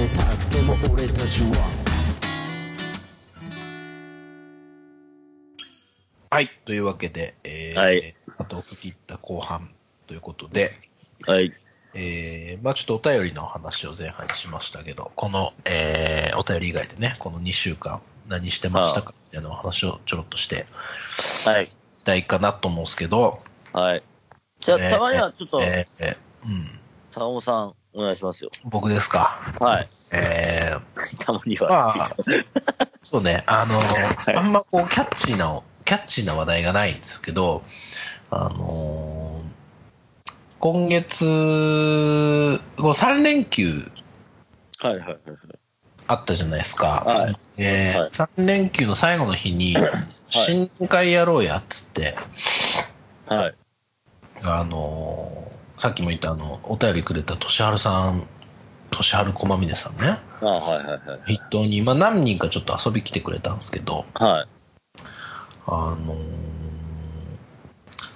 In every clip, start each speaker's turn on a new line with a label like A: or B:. A: も俺たちは
B: はい。というわけで、えー、
C: はい
B: あと切った後半ということで、
C: はい。
B: えー、まあちょっとお便りの話を前半にしましたけど、この、えー、お便り以外でね、この2週間何してましたかみたいなお話をちょろっとして
C: はい。
B: いきたいかなと思うんですけど、
C: はい。じゃあ、
B: えー
C: たまにはちょっと、
B: えーえーうん、
C: 坂本さん、お願いしますよ。
B: 僕ですか。
C: はい。
B: えー、
C: たまには。
B: まあ、そうね、あの、
C: い
B: あんまこう、キャッチーな、キャッチーな話題がないんですけど、あのー今月、こう3連休
C: はいはいはい。
B: あったじゃないですか。
C: はい
B: えー
C: はい
B: 3連休の最後の日に、新年会やろうやっつって、
C: はい。
B: あのーさっきも言ったあの、お便りくれたとしはるさん、としはるこまみねさんね、
C: あはいはいはい。
B: 筆頭に、まあ何人かちょっと遊び来てくれたんですけど、
C: はい。
B: あのー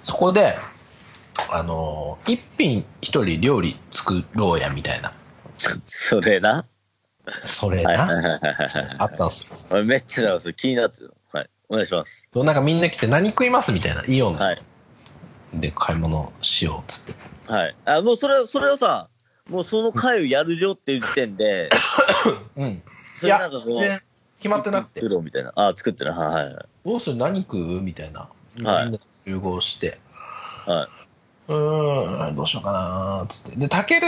B: そこで、あのー一品一人料理作ろうや、みたいな。
C: それな。
B: それ
C: はいはい
B: な、
C: はいはい
B: あったんですよ。
C: はい。めっちゃなそれ気になってる。はい。お願いします。
B: そうなんかみんな来て何食いますみたいな。イオン
C: はい。
B: で買い物しよう、つって。
C: はい。あ、もうそれ、それはさ、もうその回をやるよっていう時点で、
B: うん。
C: そ
B: い
C: れ
B: や
C: なんか、こ
B: 全
C: う、
B: 然決まってなくて
C: 作、ろうみたいな。あ、作ってな。はいはいはい。
B: どうする何食うみたいな。みん
C: はい
B: な集合して。
C: は
B: うーん、どうしようかなー、つって。で、たける、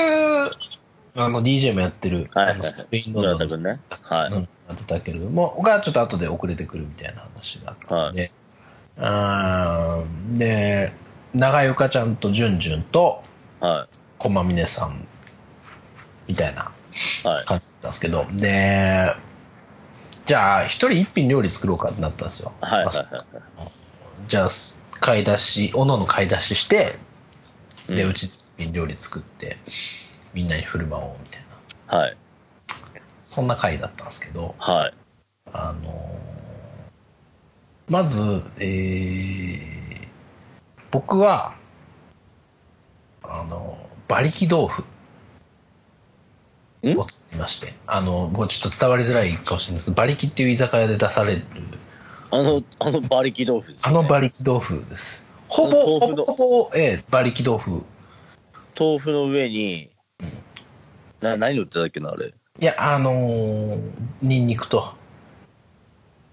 B: あの、DJ もやってる、
C: はい
B: あのスペインロー
C: 村
B: ド
C: 田
B: の
C: くんね。は
B: うん、やってたけれども、がちょっと後で遅れてくるみたいな話だっ
C: い。
B: た
C: は
B: ん
C: い。
B: で、あーで、長井ゆかちゃんとじゅんじゅんと、
C: は。
B: こまみねさん、みたいない
C: はい。
B: 感じだったんですけど、で、じゃあ、一人一品料理作ろうかってなったんですよ。
C: はいはい
B: ま
C: は
B: あ
C: いは
B: じゃあ、買い出し、おのの買い出しして、
C: い。
B: で、
C: うん
B: うち一品料理作って、みんなに振る舞おうみたいな、
C: はい。
B: そんな回だったんですけど、
C: はい。
B: あのーまず、えー僕は、あの馬力豆腐
C: ん
B: を作りまして、あの、もうちょっと伝わりづらいかもしれないですけど、馬力っていう居酒屋で出される、
C: あの、あの馬力豆腐です、ね。
B: あの馬力豆腐です。ほぼ、
C: 豆
B: ほ
C: 腐
B: ぼ
C: の
B: ほぼ、えー馬力豆腐。
C: 豆腐の上に、な何乗ってたっけな、あれ。
B: いや、あのー、ニンニクと、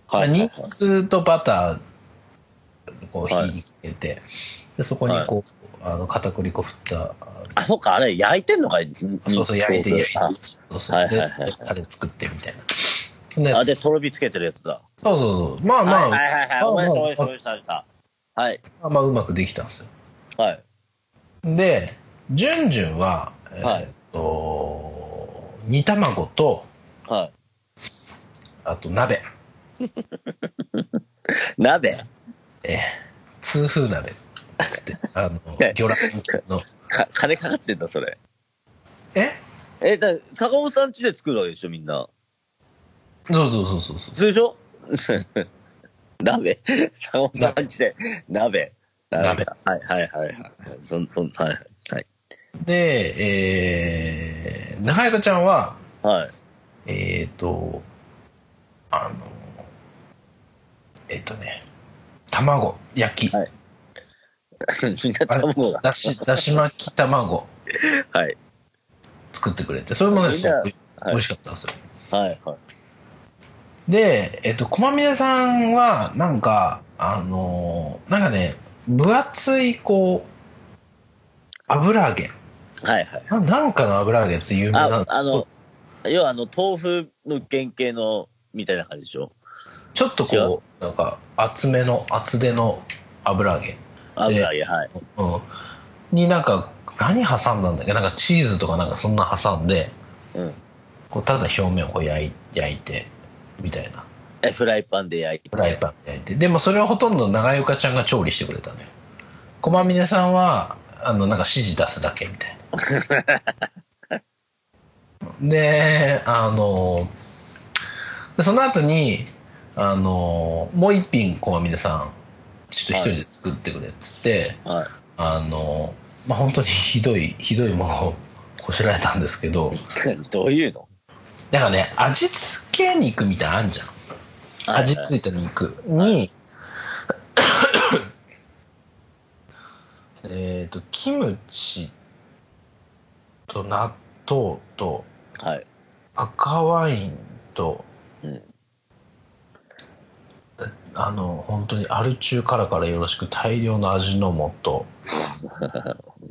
C: はいはい
B: ニ
C: は
B: ン
C: い
B: ニクとバター、こう
C: はい
B: 火につけて、でそこにこう、あの片栗粉振った、
C: あ、そうか、あれ、焼いてんのかい
B: そうそう、焼いて、焼いて
C: あ、
B: そうそう、
C: はい
B: で
C: はいはいはい
B: タレ作ってみたいな。そんなや
C: あ
B: つ
C: で、とろ火つけてるやつだ。
B: そうそうそう。まあまあ、
C: はいはいはいはい。
B: まあ
C: おめでとう
B: まあ
C: おめでとうおめでとうおめでとうはい。
B: まあまあうまくできたんですよ。
C: はい。
B: で、ジュンジュンは、え
C: はい
B: ーっと、煮卵と、
C: は
B: あと鍋、
C: い。鍋
B: 痛風鍋 って、あの
C: や、
B: 魚卵の、
C: か、金かかってんだ、それ。
B: え
C: え、だ坂本さん家で作るわけでしょ、みんな。
B: そうそうそうそうそう。
C: 普通でしょ鍋坂本さん家で、鍋。
B: 鍋
C: はいはいはいはい。そん、そん、はいはい。
B: で、えー、中岡ちゃんは、
C: はい。
B: えっ、ー、と、あの、えっ、ー、とね、卵、焼き、
C: はい みんな卵が。
B: だし、だし巻き卵
C: はい。
B: 作ってくれて、それもね、
C: みん
B: す
C: な
B: ごく
C: はい
B: 美味しかったんですよ。
C: はいはい。
B: で、えっ、と、駒峰さんは、なんか、あのーなんかね、分厚い、こう、油揚げ。
C: はいはい。
B: ななんかの油揚げって有名な
C: あ
B: の、
C: あの、要はあの、豆腐の原型の、みたいな感じでしょ
B: ちょっとこう、なんか、厚めの、厚手の油揚げ。
C: 油揚げ、はい。
B: うん、になんか何挟んだんだっけなんかチーズとかなんかそんな挟んで
C: うん。
B: こうただ表面をこう焼い焼いてみたいな
C: え、フライパンで焼いて
B: フ。ライパンで焼いてでもそれをほとんど長岡ちゃんが調理してくれたね駒峰さんはあのなんか指示出すだけみたいなであのでその後にあのもう一品駒峰さんちょっと一人で作ってくれっつって、
C: はい。
B: あの、まあ、 本当にひどい、ひどいものをこしらえたんですけど、
C: どういうの
B: なんかね、味付け肉みたいなのあんじゃん。
C: はい
B: 味付いた肉に、 えっと、キムチと納豆と
C: はい。
B: 赤ワインと、
C: うん
B: あの、本当にアル中からからよろしく大量の味の 素、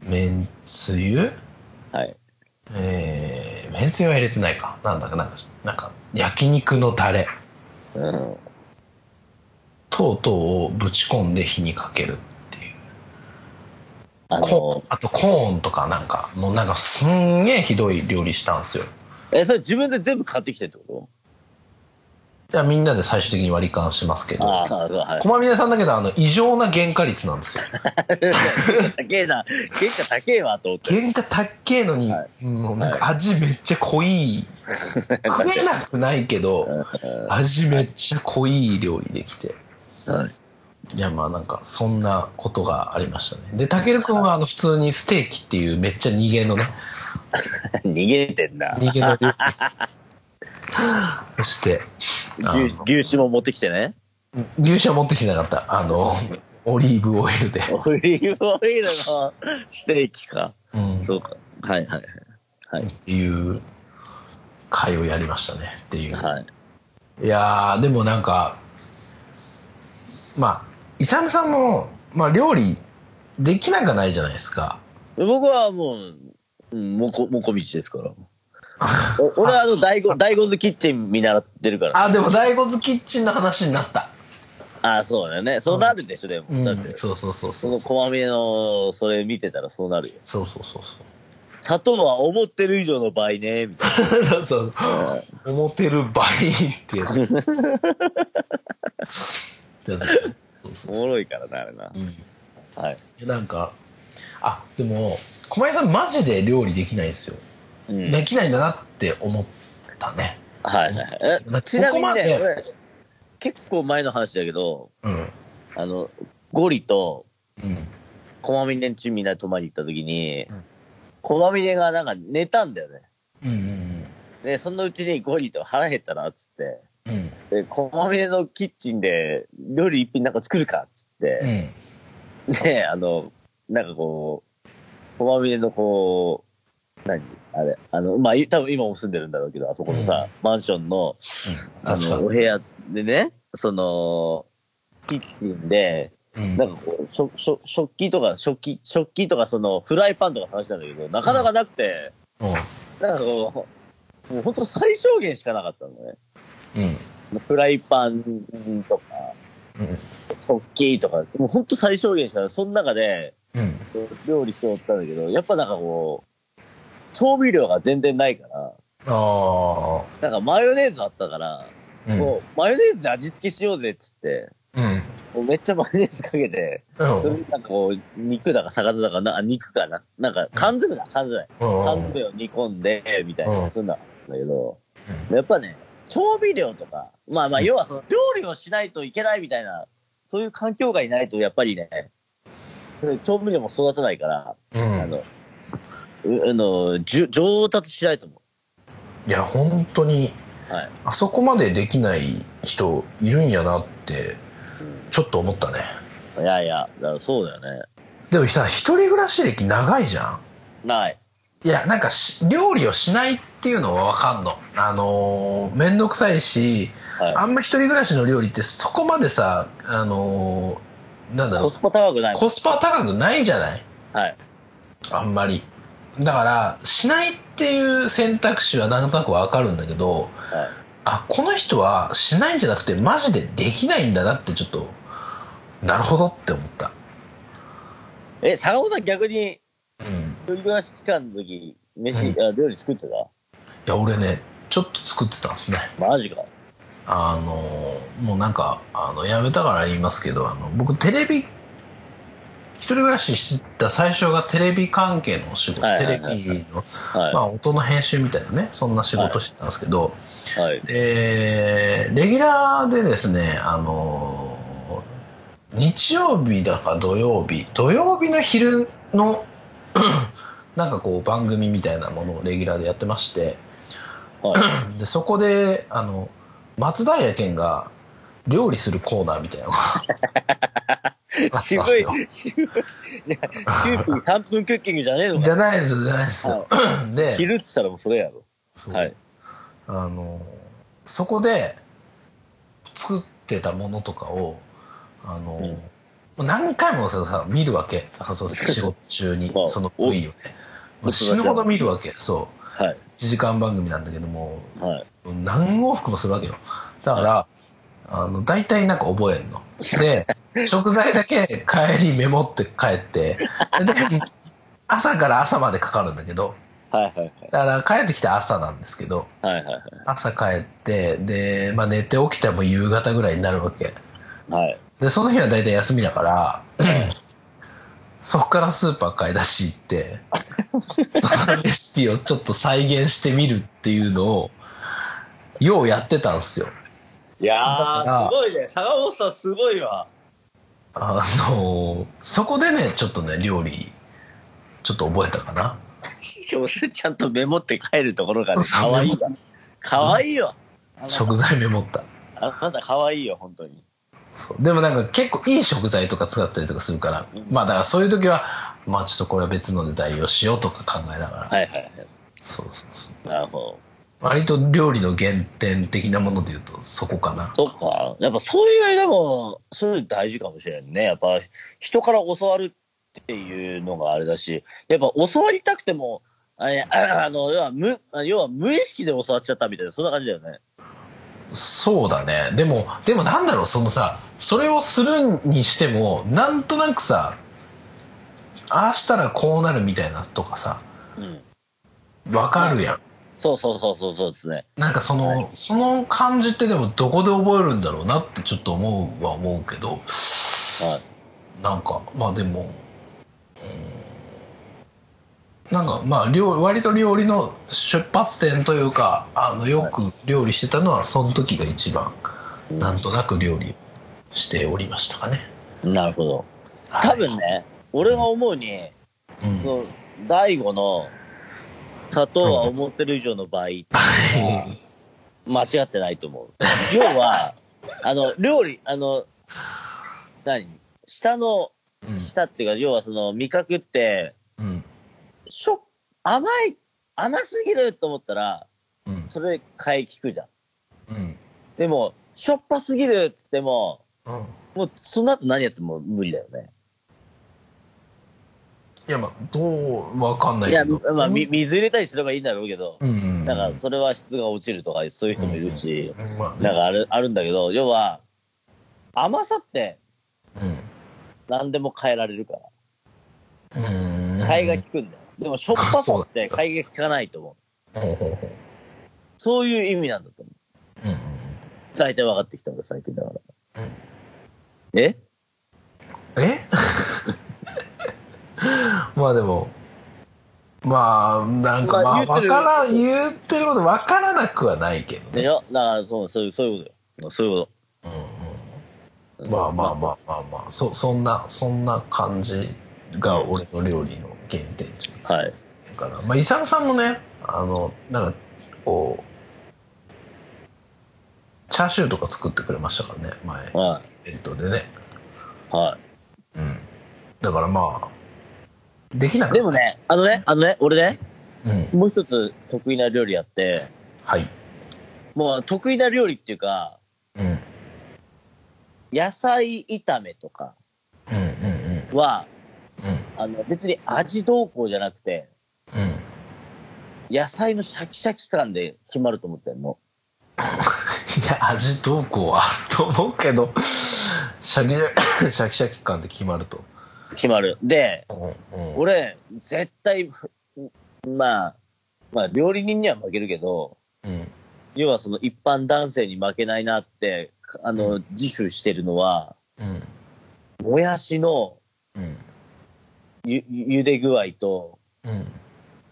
B: めんつゆ、
C: はい。
B: えー、めんつゆは入れてないか。なんだか、なんか、なんか、焼肉のタレ。
C: うん。
B: とうとうをぶち込んで火にかけるっていう。
C: あ
B: こ
C: の、
B: あとコーンとかなんか、もうなんかすんげえひどい料理したんですよ。
C: え、それ自分で全部買ってきてってこ
B: いや、みんなで最終的に割り勘しますけ
C: と
B: ど。
C: ああ、そう、はい。
B: 駒峰さんだけど、あの、異常な原価率なんですよ。
C: 高えな。結果高えわ、と思って。
B: 原価たっけえのに、
C: は
B: もうなんか味めっちゃ濃 い。食えなくないけど、味めっちゃ濃い料理できて。
C: はい
B: いや、まあなんか、そんなことがありましたね。で、たけるくんは、あの、普通にステーキっていうめっちゃ逃げのね、
C: 逃げてんな。
B: 逃げの料理 ですそして、あの
C: 牛牛脂も持ってきてね。
B: 牛脂は持ってきてなかった。あの、オリーブオイルで。
C: オリーブオイルのステーキか。
B: うん。
C: そうか。はいはいはい。
B: っていう会をやりましたね。っていう。
C: はい。はい。
B: いやー、でもなんか、まあ、イサムさんも、まあ料理できなくはないじゃないですか。
C: 僕はもう、うんもこ、もこみちで すから。お俺はあの、大悟、大悟のキッチン見習ってるから。
B: あ、でも、大五ズキッチンの話になった。
C: ああ、そうだよね。そうなるでしょ、で
B: う
C: も。だっ
B: ん
C: て、。
B: そうそうそう
C: そ
B: そう。
C: の
B: そう
C: 小まめの、それ見てたらそうなるよ。
B: そうそうそう。
C: 砂糖は思ってる以上の倍ね、みたい
B: そうそう。
C: な。
B: 思ってる倍ってやつ。ってやつそうそ
C: お
B: うそ
C: もろいからな、あれな
B: う。。うん
C: はい。
B: でなんか、あ、でも、小林さんマジで料理できないんですよ。
C: うん。
B: できないんだなって思ったね。
C: はいはいはい
B: まあ
C: え。ちなみに
B: ここま
C: ね
B: で、
C: 俺結構前の話だけど、
B: うん。
C: あの、ゴリと、
B: うん。
C: こまみねんちみんなで泊まりに行った時に
B: うん、
C: こまみねがなんか寝たんだよね。
B: うんうん
C: で、そのうちにゴリと腹減ったな、っつって。
B: うん。うん。
C: で、こまみねのキッチンで料理一品なんか作るか、っつっ
B: う
C: て。
B: ん。
C: で、あの、なんかこう、こまみねのこう、何あれ、あの、まあ、多分今も住んでるんだろうけど、あそこのさ、マンションの、あ
B: 確か
C: の、お
B: に。
C: 部屋でね、その、キッチンで、
B: うん
C: なんかこう、しょしょ食器とか、食器、食器とか、その、フライパンとか探したんだけど、なかなかなくて、なんかこう、もうほんと最小限しかなかったのね。
B: うん。うん。
C: フライパンとか、
B: うん
C: 食器とか、もうほんと最小限しかない。その中で、
B: うん。
C: 料理しておったんだけど、やっぱなんかこう、調味料が全然ないから、
B: あ
C: なんかマヨネーズあったから、
B: あ。うん。
C: こうマヨネーズで味付けしようぜっつって、
B: うん。
C: もうめっちゃマヨネーズかけて、
B: うん。
C: それになんかこう、肉だか魚だかな、あ肉かな、なんか缶詰だ、缶詰。缶詰を煮込んで、みたい
B: うん
C: な、そんなんだけど、やっぱね、調味料とか、まあまあ、要はその料理をしないといけないみたいな、そういう環境がいないと、やっぱりね、調味料も育たないから、
B: うん
C: あ。の、うあのじゅ上達しないと思
B: いや、本当に、
C: う。はい。
B: あそこまでできない人いるんやなって、ちょっと思ったね。
C: いやいや、だからそうだよね。
B: でもさ、一人暮らし歴長いじゃん。
C: ない。
B: いや、なんかし、料理をしないっていうのはわかんの。あのー、めんどくさいし、あ
C: は
B: んま一人暮らしの料理ってそこまでさ、あのー、なんだ
C: い。
B: ろ
C: コ
B: う、
C: スパ高くない。
B: コスパ高くないじゃない
C: はい。
B: あんまり。だから、しないっていう選択肢はなんとなくわかるんだけど、
C: はい。
B: あ、この人はしないんじゃなくてマジでできないんだなってちょっと、なるほどって思った。
C: え、坂本さん逆に、
B: うん。
C: 一人暮らし期間の時、飯、
B: うん
C: あ料理作ってた
B: いや、俺ね、ちょっと作ってたんですね。
C: マジか。
B: あの、もうなんか、あの、やめたから言いますけど、あの、僕テレビ、一人暮らししてた最初がテレビ関係のお仕事、
C: はい
B: テ
C: は
B: レ
C: いはい
B: ビの、
C: はい。
B: まあ音の編集みたいなね、そんな仕事してたんですけど、
C: はい。
B: えーレギュラーでですね、あのー日曜日だか土曜日、土曜日の 昼の、なんかこう番組みたいなものをレギュラーでやってまして、
C: は
B: でそこであの松平健が料理するコーナーみたいなのが
C: い。
B: あ
C: 渋い、渋い。いや、9分3分クッキングじゃねえの
B: じ
C: か。
B: ゃないですじゃないですよで
C: 昼って言ったらもうそれやろ。
B: そう
C: はい。
B: あのそこで作ってたものとかをあの、
C: うん
B: もう何回もささ見るわけあそう仕事中に
C: まあ
B: その多いよね
C: お
B: もう死ぬほど見るわけそう
C: はい。
B: 1時間番組なんだけども
C: はい。
B: 何往復もするわけよだからあの大体なんか覚えんので食材だけ帰りメモって帰ってで朝から朝までかかるんだけど
C: はいはい
B: だから帰ってきた朝なんですけど
C: はい。はいはい
B: 朝帰ってで、まあ、寝て起きたらもう夕方ぐらいになるわけ
C: はい。
B: でその日は大体休みだからそこからスーパー買い出し行ってそのレシピをちょっと再現してみるっていうのをようやってたんですよ
C: いや
B: だから
C: ー、すごいね。坂本さんすごいわ。
B: あのそこでねちょっとね料理ちょっと覚えたかな
C: 今日ちゃんとメモって帰るところがね、
B: そ
C: か
B: う
C: わいいわ。かわいいよ。
B: 食材メモった
C: あなたかわいいよ、本当に。
B: そうでもなんか結構いい食材とか使ったりとかするから、
C: うん
B: まあだからそういう時はまあちょっとこれは別ので代用しようとか考えながら、
C: はいはいはい。
B: そうそうそう
C: なるほど。
B: 割と料理の原点的なもので言うとそこかな
C: そっか。やっぱそういう、でも、そういうの大事かもしれんね。やっぱ、人から教わるっていうのがあれだし、やっぱ教わりたくても、あれ、ああの、要は無、要は無意識で教わっちゃったみたいな、そんな感じだよね。
B: そうだねでもでもなんだろうそのさそれをするにしてもなんとなくさああしたらこうなるみたいなとかさ
C: うん。
B: わかるやん
C: そうそうそうそうそうですね。
B: なんかその、
C: はい
B: その感じってでもどこで覚えるんだろうなってちょっと思うは思うけど
C: はい。
B: なんかまあでも、うん、なんかまあ料割と料理の出発点というかあのよく料理してたのはその時が一番なんとなく料理をしておりましたかね。
C: なるほど。
B: はい
C: 多、分ね、俺が思うに、
B: うん
C: その、大悟の、砂糖は思ってる以上の倍、間違ってないと思う。要 は、あの、料理、あの、何下の、下っていうか、要はその、味覚って、
B: うんうん
C: しょ、甘い、甘すぎると思ったら、
B: うん
C: それ買い聞くじゃん。
B: うん
C: でも、しょっぱすぎるって言っても、
B: うん
C: もう、その後何やっても無理だよね。
B: いやまあどうわかんない
C: い
B: け
C: や、
B: ど。
C: まあ、み水入れたりすればいいんだろうけど、
B: うん
C: だから、それは質が落ちるとか、そういう人もいるし、
B: うんまあ
C: なんかある、あるんだけど、要は、甘さって
B: うん
C: 何でも変えられるから。
B: うん
C: 買いが効くんだよ。でも、しょっぱさって買いが効かないと思う。
B: ほうほうほう
C: そういう意味なんだと思
B: う
C: う。
B: んうん
C: 大体分かってきた俺、最近だから。え
B: え まあでもまあなんかま
C: ま
B: あ
C: あ言って
B: 分
C: る
B: からん言ってること分からなくはないけど
C: で
B: ね、
C: しょだから、そう、そういう、そういうことよ。そういうこ
B: うん
C: と。
B: うん、まあまあまあまあまあそそんなそんな感じが俺の料理の原点じ
C: あ。はい。
B: ゃないかなまあイサムさんもねあのなんかこうチャーシューとか作ってくれましたからね前
C: は
B: イベントでね
C: い。は
B: うんだからまあできなかった
C: い。でもね、あのね、あのね、俺ね、
B: うん
C: もう一つ得意な料理やって、
B: はい
C: もう得意な料理っていうか、
B: うんうん
C: 野菜炒めとか
B: うんうん
C: は、
B: う
C: あの、別に味どうこうじゃなくて、
B: んうん
C: 野菜のシャキシャキ感で決まると思ってんの。
B: いや、味どうこうはあると思うけど、シャキシャキシャキ感で決まると。
C: 決まる。で、
B: うんうん
C: 俺、絶対、ふまあ、まあ、料理人には負けるけど、
B: うん
C: 要はその一般男性に負けないなって、かあの、自負してるのは、
B: うん
C: もやしの
B: うん
C: ゆ、ゆで具合と、
B: うん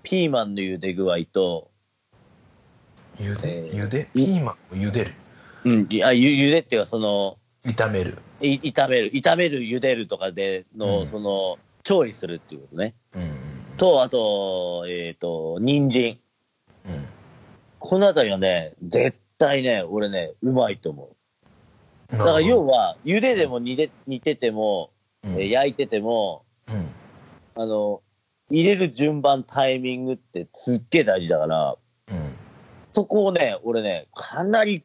C: ピーマンのゆで具合と、
B: ゆで
C: え、ー
B: ゆで、ピーマンをゆでる。
C: うん、あ、ゆ、ゆでっていうか、その、
B: 炒める。
C: い炒める、炒める、茹でるとかでの、
B: うん
C: その、調理するっていうことね。
B: うん
C: と、あと、えっ、と、人参、
B: うん
C: このあたりがね、絶対ね、俺ね、うまいと思う。
B: だ
C: だから要は、茹ででも煮で煮てても、
B: うん、
C: えー焼いてても、
B: うん
C: あの、入れる順番、タイミングってすっげえ大事だから、
B: うん
C: そこをね、俺ね、かなり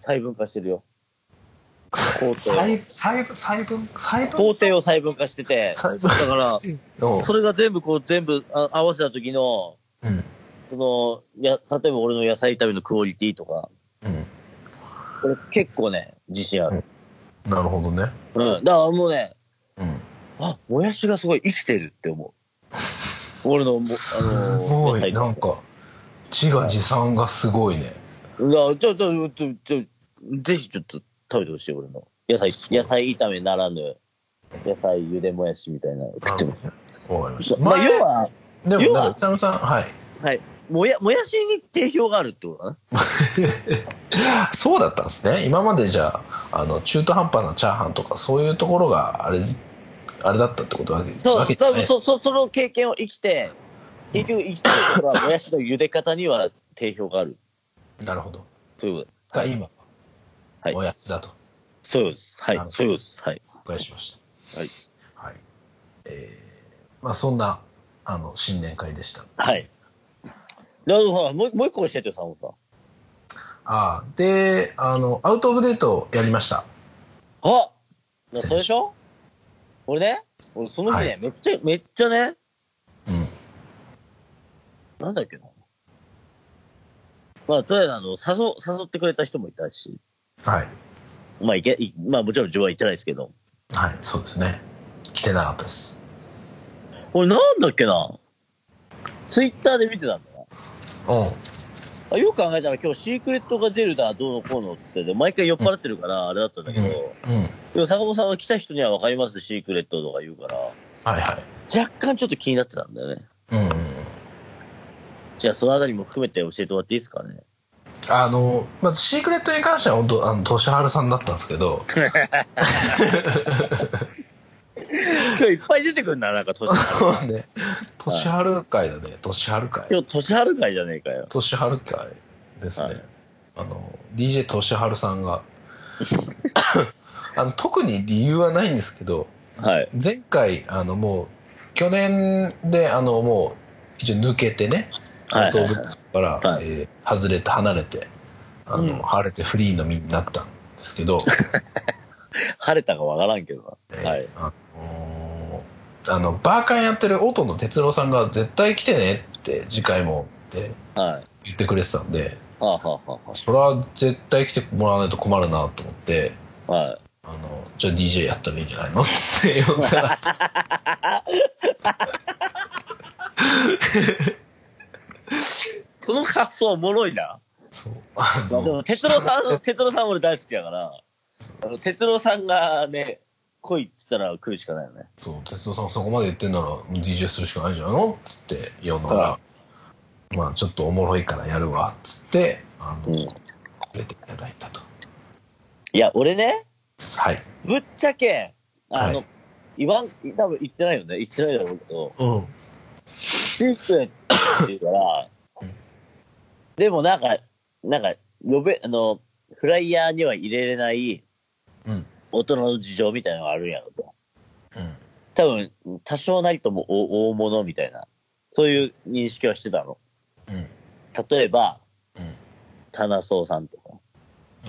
C: 細分化してるよ。工程を。
B: 細細分、細分、細分、
C: 工程を細分化してて、
B: 細分
C: だ。から、
B: おう
C: それが全部こう、全部あ合わせた時の、
B: うん。
C: その、や、例えば俺の野菜炒めのクオリティとか、
B: うん。
C: これ結構ね、自信ある。
B: なるほどね。
C: うん。だからもうね、
B: うん。
C: あ、もやしがすごい生きてるっ て思う。俺のも、あの、
B: すごい、
C: 野
B: な
C: 菜
B: んか、自画自賛がすごいね。
C: だからちょ、ちょ、ちょ、ちょ、ぜひちょっと食べてほしい、俺の。野菜、
B: そう
C: 野菜炒めならぬ、野菜茹でもやしみたいなの食っても
B: わかりまし
C: そ
B: た。
C: うまあ、要は、
B: でも、
C: 要
B: な
C: は
B: んか、北野さん、はい。
C: はい。もや、もやしに定評があるってことかな。
B: そうだったんですね。今までじゃあ、あの、中途半端なチャーハンとか、そういうところがあれ、あれだったってことわけ
C: そ
B: わけ
C: う、
B: じゃ
C: 多
B: ない
C: 分そ、そ、その経験を生きて、結局生きてるところは、もやしの茹で方には定評がある。
B: なるほど。
C: ということです。
B: が今、
C: はい
B: おやつだと、
C: そうです。はい
B: なるほ。ど
C: そうです。はい。
B: お伺いしました。
C: はい。
B: はい。えー、まあ、そんな、あの、新年会でした。
C: はい。なるほど。もうもう一個教えてよ、サモさん。
B: ああ、で、あの、アウトオブデートやりました。
C: あそれでしょ俺ね、俺その日ね、
B: はい
C: めっちゃ、めっちゃね、
B: うん。
C: なんだっけな。まあ、とりあえずあの、誘、誘ってくれた人もいたし、
B: はい。
C: まあ、いけ、いまあ、もちろん自分は行ってないですけど、
B: はい、そうですね。来てなかったです。
C: 俺なんだっけな。ツイッターで見てたんだな。
B: うん。
C: あよく考えたら今日シークレットが出るだ、どうのこうのってで、毎回酔っ払ってるから、あれだったんだけど、
B: うん。
C: でも坂本さんは来た人にはわかります、シークレットとか言うから、
B: はいはい。
C: 若干ちょっと気になってたんだよね。
B: うんうんうん。
C: じゃあそのあたりも含めて教えてもらっていいですかね。
B: あの、まず、シークレットに関しては、本当あの、年春さんだったんですけど、
C: 今日いっぱい出てくるな、なんか年春。
B: そう ね。年春会だね。年春会。
C: 今日年春会じゃねえかよ。
B: 年春会ですね。
C: はい
B: あの、DJ 年春さんが、 あの、特に理由はないんですけど、
C: はい。
B: 前回、あの、もう、去年で、あの、もう、一応抜けてね、
C: はいはいはい
B: 動物から、
C: はい
B: えー外れて、離れて、あの、
C: うん
B: 晴れてフリーの身になったんですけど、
C: 晴れたかわからんけど
B: え
C: な。はい
B: ー。あのーあのバーカンやってる音野哲郎さんが絶対来てねって次回もって
C: はい。
B: 言ってくれてたんで
C: はあ、はあはあは
B: それは絶対来てもらわないと困るなと思って
C: あ、はい。
B: あのじゃあ DJ やったらいいんじゃないのって呼んだ ら
C: その発想おもろいな。
B: そうあ
C: で も、哲郎さん、哲郎さん俺大好きだから、あの哲郎さんがね、来いっつったら来るしかないよね。
B: そう哲郎さんそこまで言ってんなら DJ するしかないんじゃないのっつって呼んだら
C: は
B: まあちょっとおもろいからやるわっつってあの、
C: うん
B: 出ていただいたと
C: いや、俺ね、
B: はい
C: ぶっちゃけ、あの、
B: は
C: 言わん、多分言ってないよね。言ってないだろうけど、
B: うん
C: シークレットって言うから、でもなんか、なんか、呼べ、あの、フライヤーには入れれない
B: うん
C: 大人の事情みたいなのがあるんやろと。
B: うん
C: 多分、多少なりとも大大物みたいな、そういう認識はしてたの。
B: うん
C: 例えば、
B: うん
C: 田中壮さんとか。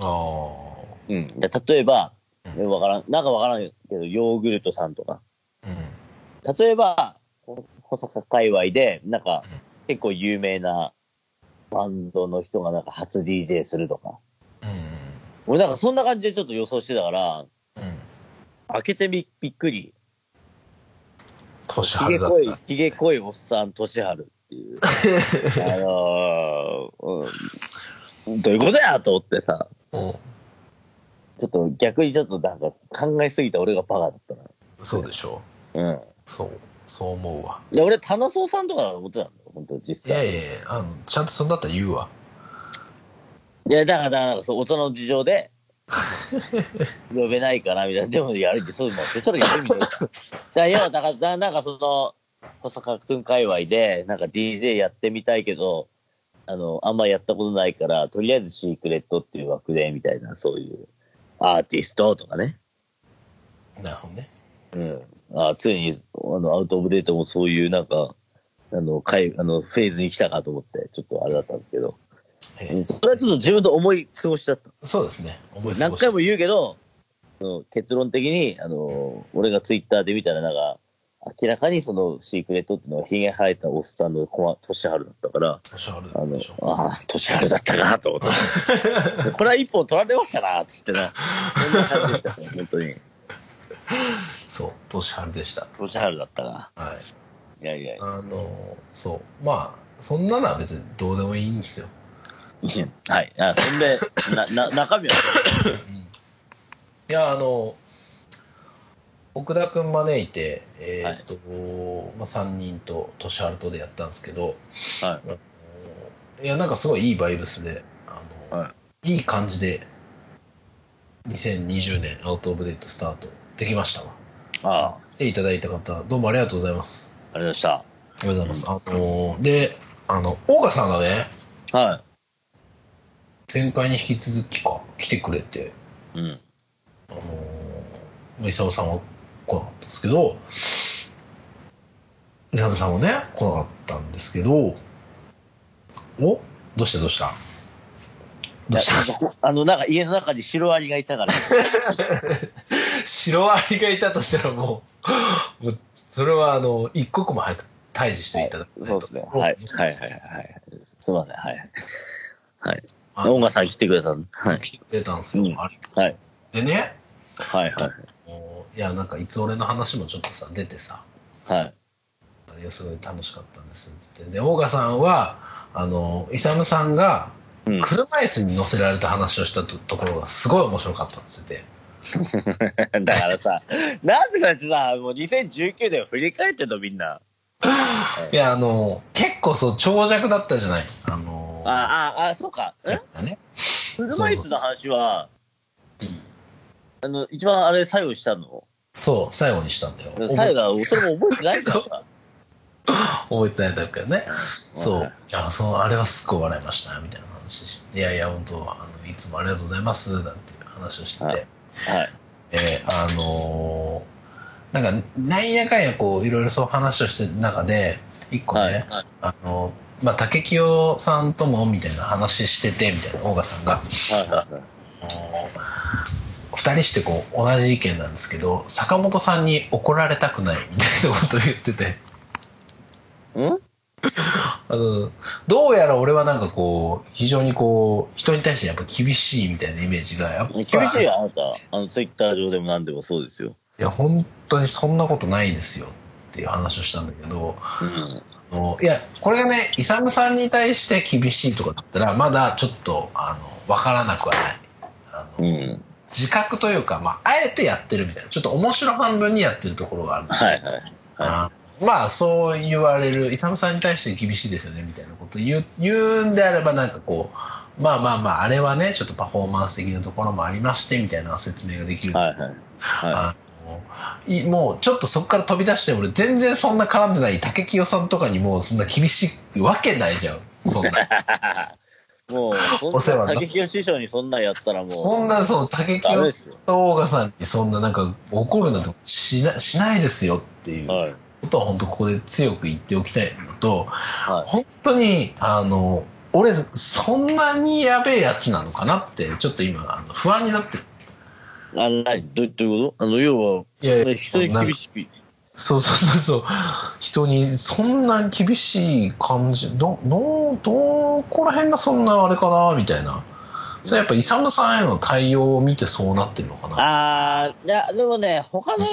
B: ああ
C: うん。で例えば、
B: うん
C: ねわからん、なんかわからんけど、ヨーグルトさんとか。
B: うん
C: 例えば、ほ細川界隈で、なんか
B: うん、
C: 結構有名なバンドの人がなんか初 DJ するとか。
B: う
C: 俺なんかそんな感じでちょっと予想してたか
B: ん
C: ら、
B: うん
C: 開けてみ、びっくり。
B: 年
C: ひげ
B: 春だっ
C: 濃い
B: た、
C: ひげ濃いおっさん、としはるっ ていう。あのーうん、どういうことやと思ってさ、
B: うん
C: ちょっと逆にちょっとなんか考えすぎた俺がバカだった
B: そうでしょ
C: な。うん。
B: うそうそう思うわ
C: で、俺、田中さんとかだと思ってたんだよ、本当
B: い
C: 実
B: や
C: 際。い
B: いやいやあのちゃんとそんだったら言うわ
C: や、だから、だから、そう、大人の事情で、呼べないから、みたいな。でも、やるって、そう、まあ、そしたらやるみたいな。だから、要は、だから、だなんかその、細川くん界隈で、なんか DJ やってみたいけど、あの、あんまやったことないから、とりあえずシークレットっていう枠で、みたいな、そういう、アーティストとかね。
B: なるほどね。
C: うん。あついに、あの、アウト・オブ・デートもそういう、なんか、あの、かいあのフェーズに来たかと思って、ちょっとあれだったんですけど、
B: え
C: う
B: ー
C: んそれはちょっと自分の思い過ごしだった。
B: そうですね。覚 えて
C: 何回も言うけど、その結論的に、あの、俺がツイッターで見たら、なんか、明らかにそのシークレットっていうのは、ヒゲ生えたおっさんの小年春だったから、
B: 年ある
C: あの
B: でしょ、。
C: ああ、年春だったなと 思って。これは一本取られましたな、つってな。そんな感じだったね本当に。
B: そう、年あるでした。
C: 年春だったな。
B: はい。
C: いやいやい
B: あの、そう。まあ、そんなのは別にどうでもいいんですよ。
C: や。はい。あそんで、な、な、中身は、
B: いや、あの、奥田くん招いて、えーっと、まあ、3人と、年春とでやったんですけど、
C: はい
B: や、なんかすごいいいバイブスで、あの、、
C: はい
B: い感じで、2020年アウトオブデートスタートできましたわ。
C: い。ああ、あ
B: 来ていただいた方、どうもありがとうございます。
C: りがとうございました。
B: ありがとうございます。あの、で、あの、大川さんがね、
C: は
B: 前回に引き続きか、来てくれて、
C: い。うん。
B: あのーまあ、イサムさんは来なかったんですけど、イサムさんもね、来なかったんですけど、おどうしたどうしたどうした
C: いやあの、なんか家の中にシロアリがいたから、
B: シロアリがいたとしたらもう、もうそれはあの、一刻も早く退治していただきたい
C: そう
B: と
C: ですね。はい。はいはいはいはい。すみません。はい。はい。
B: あ
C: 音楽さん来てください。はい。
B: 来てくれたんですよ。
C: うん
B: ありがとう
C: はい。
B: でね、
C: はいはい。
B: もういや、なんかいつ俺の話もちょっとさ、出てさ、
C: はい。
B: いやすごい楽しかったんですって言ってで大賀さんはあのイサムさんが
C: うん
B: 車椅子に乗せられた話をしたとところがすごい面白かったって言ってて
C: だからさ、 なんでそうやってさ、もう2019年を振り返ってんのみんな。
B: いやあの結構そう長尺だったじゃないあの
C: ああ、あ、そうか。え
B: ね
C: 車椅子の話は、
B: うん
C: あの、一番あれ作用したの
B: そう最後にしたんだよ
C: 作用
B: 覚
C: が、それも覚えてないから さ。
B: えてないだけどねそういやそのあれはすっごい笑いましたみたいな話していやいや本当あのいつもありがとうございますなんていう話をして
C: は
B: て
C: いはい。
B: えーあのーなんか、なんやかんやこう、いろいろそう話をしてる中で、一個ね、
C: はい。はい。
B: あのーまあ、竹清さんとも、みたいな話してて、みたいな、大賀さんが、
C: はい。
B: あのー二人してこう、同じ意見なんですけど、坂本さんに怒られたくない、みたいなことを言ってて、
C: うん
B: あの、どうやら俺はなんかこう、非常にこう、人に対してやっぱ厳しいみたいなイメージが、やっぱ、
C: 厳しいよ、あなた。あの、ツイッター上でも何でもそうですよ。
B: いや、本当にそんなことないですよ、っていう話をしたんだけど、
C: うん。
B: あのいや、これがね、イサムさんに対して厳しいとかだったら、まだちょっと、あの、わからなくはない。あの
C: うん。
B: 自覚というか、まあ、あえてやってるみたいな。ちょっと面白半分にやってるところがある。
C: はいはい。
B: あのまあ、そう言われる、イサムさんに対して厳しいですよね、みたいなこと言う、言うんであれば、なんかこう、まあまあまあ、あれはね、ちょっとパフォーマンス的なところもありまして、みたいな説明ができるんですけど
C: はいはい。は
B: あのいもうちょっとそこから飛び出して俺全然そんな絡んでない竹清さんとかにもうそんな厳しいわけないじゃんそん な
C: い。もう、
B: お世話
C: そん
B: にな
C: な、
B: った
C: 竹清師匠にそんなんやったらもう。
B: そんなそう竹
C: ダメで
B: 清
C: すよ。
B: と大賀さんにそんななんか怒るなんてことしなしないですよっていうこ
C: はい。
B: とは本当ここで強く言っておきたいのと
C: は
B: 本当にあの俺そんなにやべえやつなのかなってちょっと今あの不安になってる
C: い。あ、なに、どうどういうことあの、要は、
B: いやいや
C: 人に厳しく。
B: そうそうそうそう。人に、そんなに厳しい感じ、ど、ど、どこら辺がそんなあれかな、みたいな。それやっぱ、イサムさんへの対応を見てそうなってるのかな。
C: あー、いや、でもね、他の、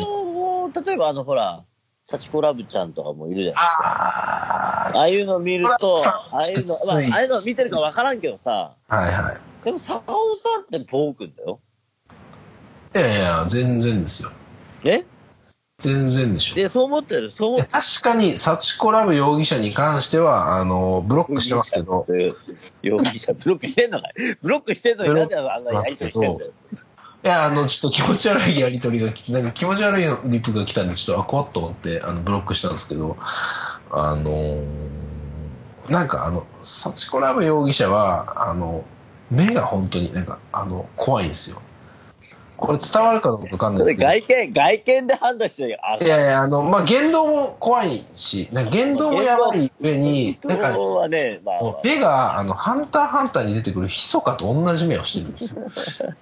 C: 例えばあの、ほら、幸子ラブちゃんとかもいるじゃん。あ
B: あ
C: あいうの見ると、
B: 幸子ラブ
C: ああ
B: ちゃん
C: いうの、
B: ちょっと
C: まあ
B: つい、
C: ああいうの見てるかわからんけどさ、
B: あ。はいはい。
C: でも、坂尾さんってボーくんだよ。
B: いやいや、全然ですよ。
C: え
B: 全然でしょ。
C: で、そう思ってる、そう思って
B: 確かに、サチコラブ容疑者に関しては、あの、ブロックしてますけど、
C: る。容疑者、ブロックしてんのかいブロックしてんのになんであんなやりとりしてんだよ。
B: いや、あの、ちょっと気持ち悪いやりとりが来て、なんか気持ち悪いリプが来たんで、ちょっと、あ、怖っと思って、あの、ブロックしたんですけど、あのーなんかあの、サチコラブ容疑者は、あの、目が本当になんか、あの、怖いんですよ。これ伝わるかどうかわかんない
C: そ
B: で
C: れ
B: すけど。
C: 外見、外見で判断してるよ。あ
B: いやいや、あの、まあ、言動も怖いし、なんか言動もやばい上に、なんか、
C: 人はね、まあ、
B: もう目が、あの、ハンターハンターに出てくるヒソカと同じ目をしてるんです よ。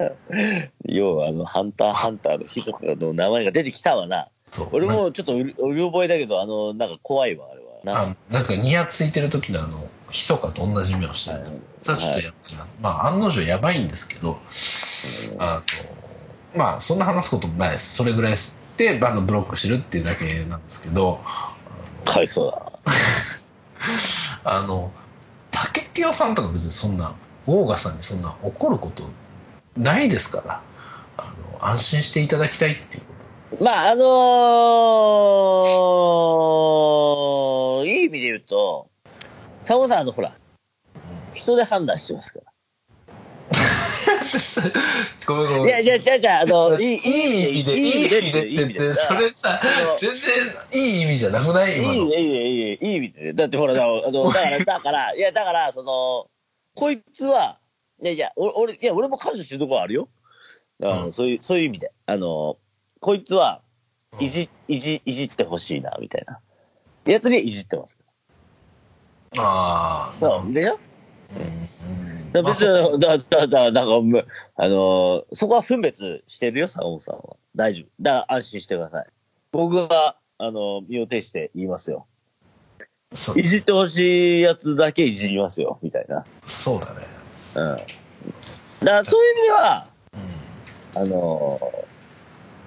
C: 要はあの、ハンターハンターの人とかの名前が出てきたわな。
B: そう。
C: 俺もちょっとうるうる覚えだけど、あの、なんか怖いわ、あれは。な
B: あなんかニヤついてる時のあの、ひそかと同じ目をしてる。
C: はい
B: それはちょっとやばいな。まあ、案の定やばいんですけど、あの、まあ、そんな話すこともないです。それぐらいで、あの、ブロックしてるっていうだけなんですけど、
C: かわいそうだな。
B: あの、竹清さんとか別にそんな、オーガさんにそんな怒ることないですから、あの、安心していただきたいっていうこと。
C: まあ、あのー、いい意味で言うと、サボさん、あの、ほら、人で判断してますか
B: ごめんごめん
C: ら。いや、いや、いや、いや、あの、いい、
B: いい意味で、いい意味でって言って、それさ
C: あの、
B: 全然いい意味じゃなくない
C: いい
B: 今の。
C: ね、いいね、いいね、いい意味でね。だってほら、だあ のだから、だから、いや、だから、その、こいつは、いやいや、お俺、いや、俺も感謝してるところあるよ。あの
B: うん
C: そういう、そういう意味で。あの、こいつは、
B: うん
C: いじ、いじ、いじってほしいな、みたいな。やつにいじってます。
B: ああ、
C: だから
B: うん
C: でしょ
B: う
C: だ
B: ん
C: から別に、だ、だ、だ、だから、むあの、そこは分別してるよ、坂本さんは。大丈夫。だから安心してください。僕が、あの、身を挺して言いますよ。
B: そう
C: いじってほしいやつだけいじりますよ、みたいな。
B: そうだね。
C: うんだからそういう意味では、
B: うん
C: あの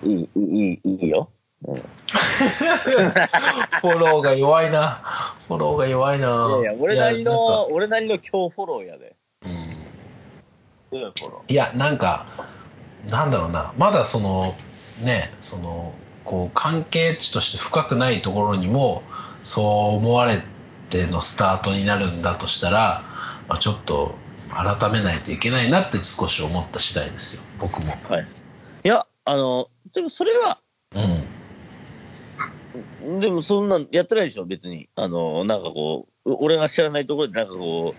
C: ーいい、いい、いいいいよ。
B: フォローが弱いな。フォローが弱いな。
C: いやいや、俺なり
B: いや
C: の、俺なりの今日フォローやで。
B: なんかうん
C: うんフォロ
B: いや、なんか、なんだろうな。まだその、ね、その、こう、関係値として深くないところにも、そう思われてのスタートになるんだとしたら、まあ、ちょっと、改めないといけないなって少し思った次第ですよ。僕も。
C: ー。はい。いや、あの、でもそれは、
B: うん。
C: でもそんなんやってないでしょ、別に。あの、なんかこう、う俺が知らないところで、なんかこ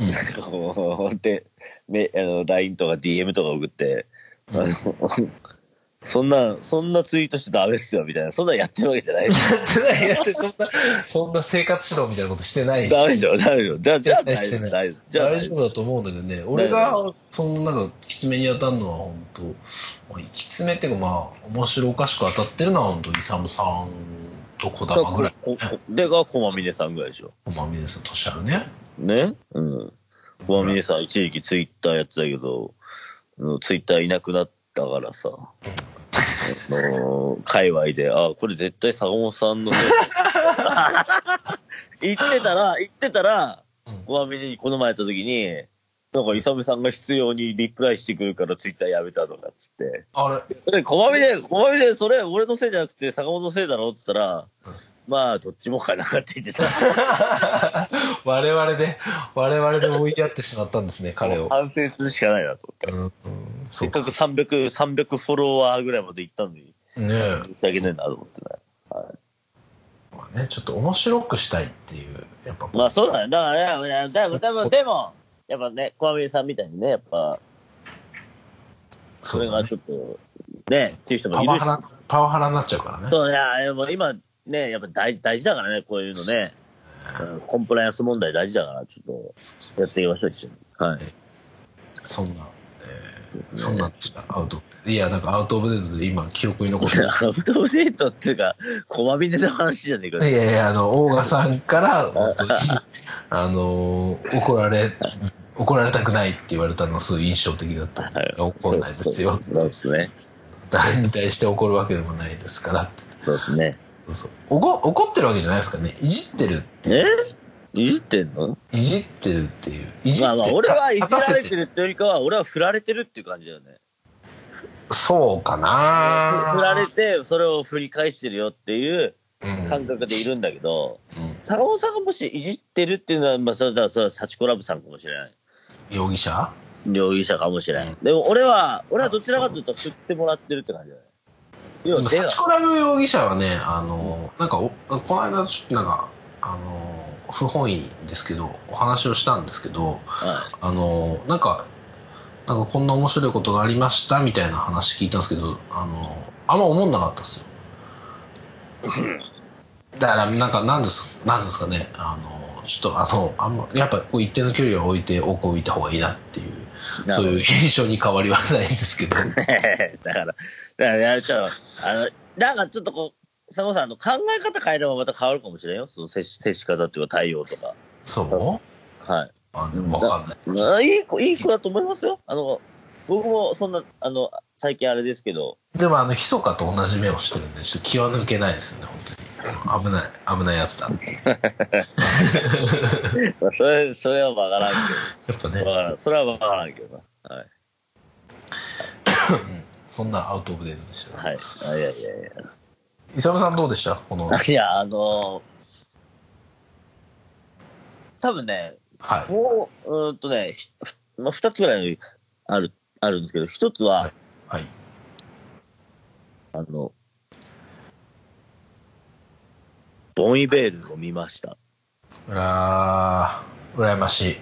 C: う、
B: うん
C: なんかこう、で、めあの LINE とか DM とか送って、あの、 そんな、そんなツイートしてダメっすよ、みたいな。そんなんやってるわけじゃないでしょ
B: やってない、やって、そんな、そんな生活指導みたいなことしてない。
C: ダメでしょ、ダメでしょ。じゃあ、じゃあ、大
B: 絶対して
C: 丈
B: な
C: 夫、
B: い
C: 大丈夫。じゃあ、
B: 大丈夫だと思うんだけどね、俺が、そのなんか、きつめに当たるのは、本当まあ、きつめっていうか、まあ、面白おかしく当たってるのは、本当に、イサムさんと小
C: だ
B: 玉ぐらい、
C: ここでが駒峰さんぐらいでしょ。
B: おまみでさん、年あるね。
C: ねうん。駒峰さん、一時期ツイッターやってたけど、うんツイッターいなくなったか らさ、あのー界隈で、あ、これ絶対坂本さ んの。言ってたら、言ってたら
B: うん、
C: 駒峰にこの前やった時に、なんか、イサムさんが必要にリプライしてくるからツイッターやめたとかっつって。
B: あれ、
C: で、小まみで、小まみで、それ俺のせいじゃなくて坂本のせいだろって言ったら、まあ、どっちもかなって言ってた。
B: 我々で、我々で追いやってしまったんですね、彼を。
C: 反省するしかないなと思って。
B: うん、うんそ
C: せ
B: う
C: っかく300、300フォロワーぐらいまで行ったのに、
B: ね
C: 申し訳ねえなと思ってね。
B: まあね、ちょっと面白くしたいっていう、やっぱ、
C: まあ、そうだね。だからね、だから、で も、でも、やっぱね、小まみさんみたいにね、やっぱ、
B: そ
C: それ
B: うだ
C: が
B: ね
C: ちょっと、ね、っていう人も
B: パ
C: いる
B: ワ
C: し。
B: ハラ、パワハラになっちゃうからね。
C: そうね、あれも今、ね、やっぱ大大事だからね、こういうのね。うんコンプライアンス問題大事だから、ちょっと、やっていきましょう、一緒に。はい。
B: そんな、えーそんなんでした、アウト。いや、なんかアウトオブデートで今、記憶に残ってる。
C: アウトデートっていうか、こまみねの話じゃねえか
B: い。やいや、あの、オーガさんから、本当に、あのー怒られ、怒られたくないって言われたのがすごい印象的だった。
C: はい
B: 怒んないですよ。
C: そうですね。
B: 誰に対して怒るわけでもないですからって。
C: そうですね。
B: そうそう怒怒ってるわけじゃないですからね。いじってる、
C: えいじってんの
B: いじってるっていう。いじって
C: まあ まあ、俺はいじられて
B: る。
C: るってよりかは、俺は振られてるっていう感じだよね。
B: そうか
C: 振られ
B: な
C: て、それを振り返してるよっていう
B: うん
C: 感覚でいるんだけど、
B: うん。
C: 坂本さんがもしいじってるっていうのは、まあ、それだ、それはサチコラブさんかもしれない。
B: 容疑者
C: 容疑者かもしれ
B: う
C: ない
B: ん。
C: でも俺は、俺はどちらかというと振ってもらってるって感じだね。要
B: で
C: は
B: も
C: 出
B: サ
C: が
B: チコラブ容疑者はね、あの、なんかお、この間、ちょっとなんか、あの、不本意ですけど、お話をしたんですけど、あの、なんか、なんかこんな面白いことがありましたみたいな話聞いたんですけど、あの、あんま思んなかったですよ。だから、なんか、なんです、なんですかね、あの、ちょっと、あの、あんま、やっぱ、こう一定の距離は置いて、多く置いた方がいいなっていう、
C: な
B: そ
C: るほど
B: ういう印象に変わりはないんです けど。
C: ねだから、だから、ちょっと、あの、なんかちょっとこう、佐合さん、あの、考え方変えればまた変わるかもしれんよ。その接し、接し方っていうか対応とか。
B: そう
C: はい。
B: あ、でもわかんない。
C: あいい子、いい子だと思いますよ。あの、僕もそんな、あの、最近あれですけど、
B: でも、あの、ひそかと同じ目をしてるんで、ちょっと気は抜けないですよね、本当に。危ない、危ないやつだ。
C: まあそれ、それはわからん
B: やっぱ
C: け
B: ね
C: ど、、わからん。それはわからんけどな。はい。
B: そんなアウトオブデートでしたね。
C: はい。あいやいやいや。
B: イサムさんどうでしたこの、はい。
C: いや、あの多分ね、もう、うーんとね、ひまあ、二つぐらいある、あるんですけど、一つは、
B: はいはい。
C: あの、ボンイベールを見ました。
B: うらー、羨まし。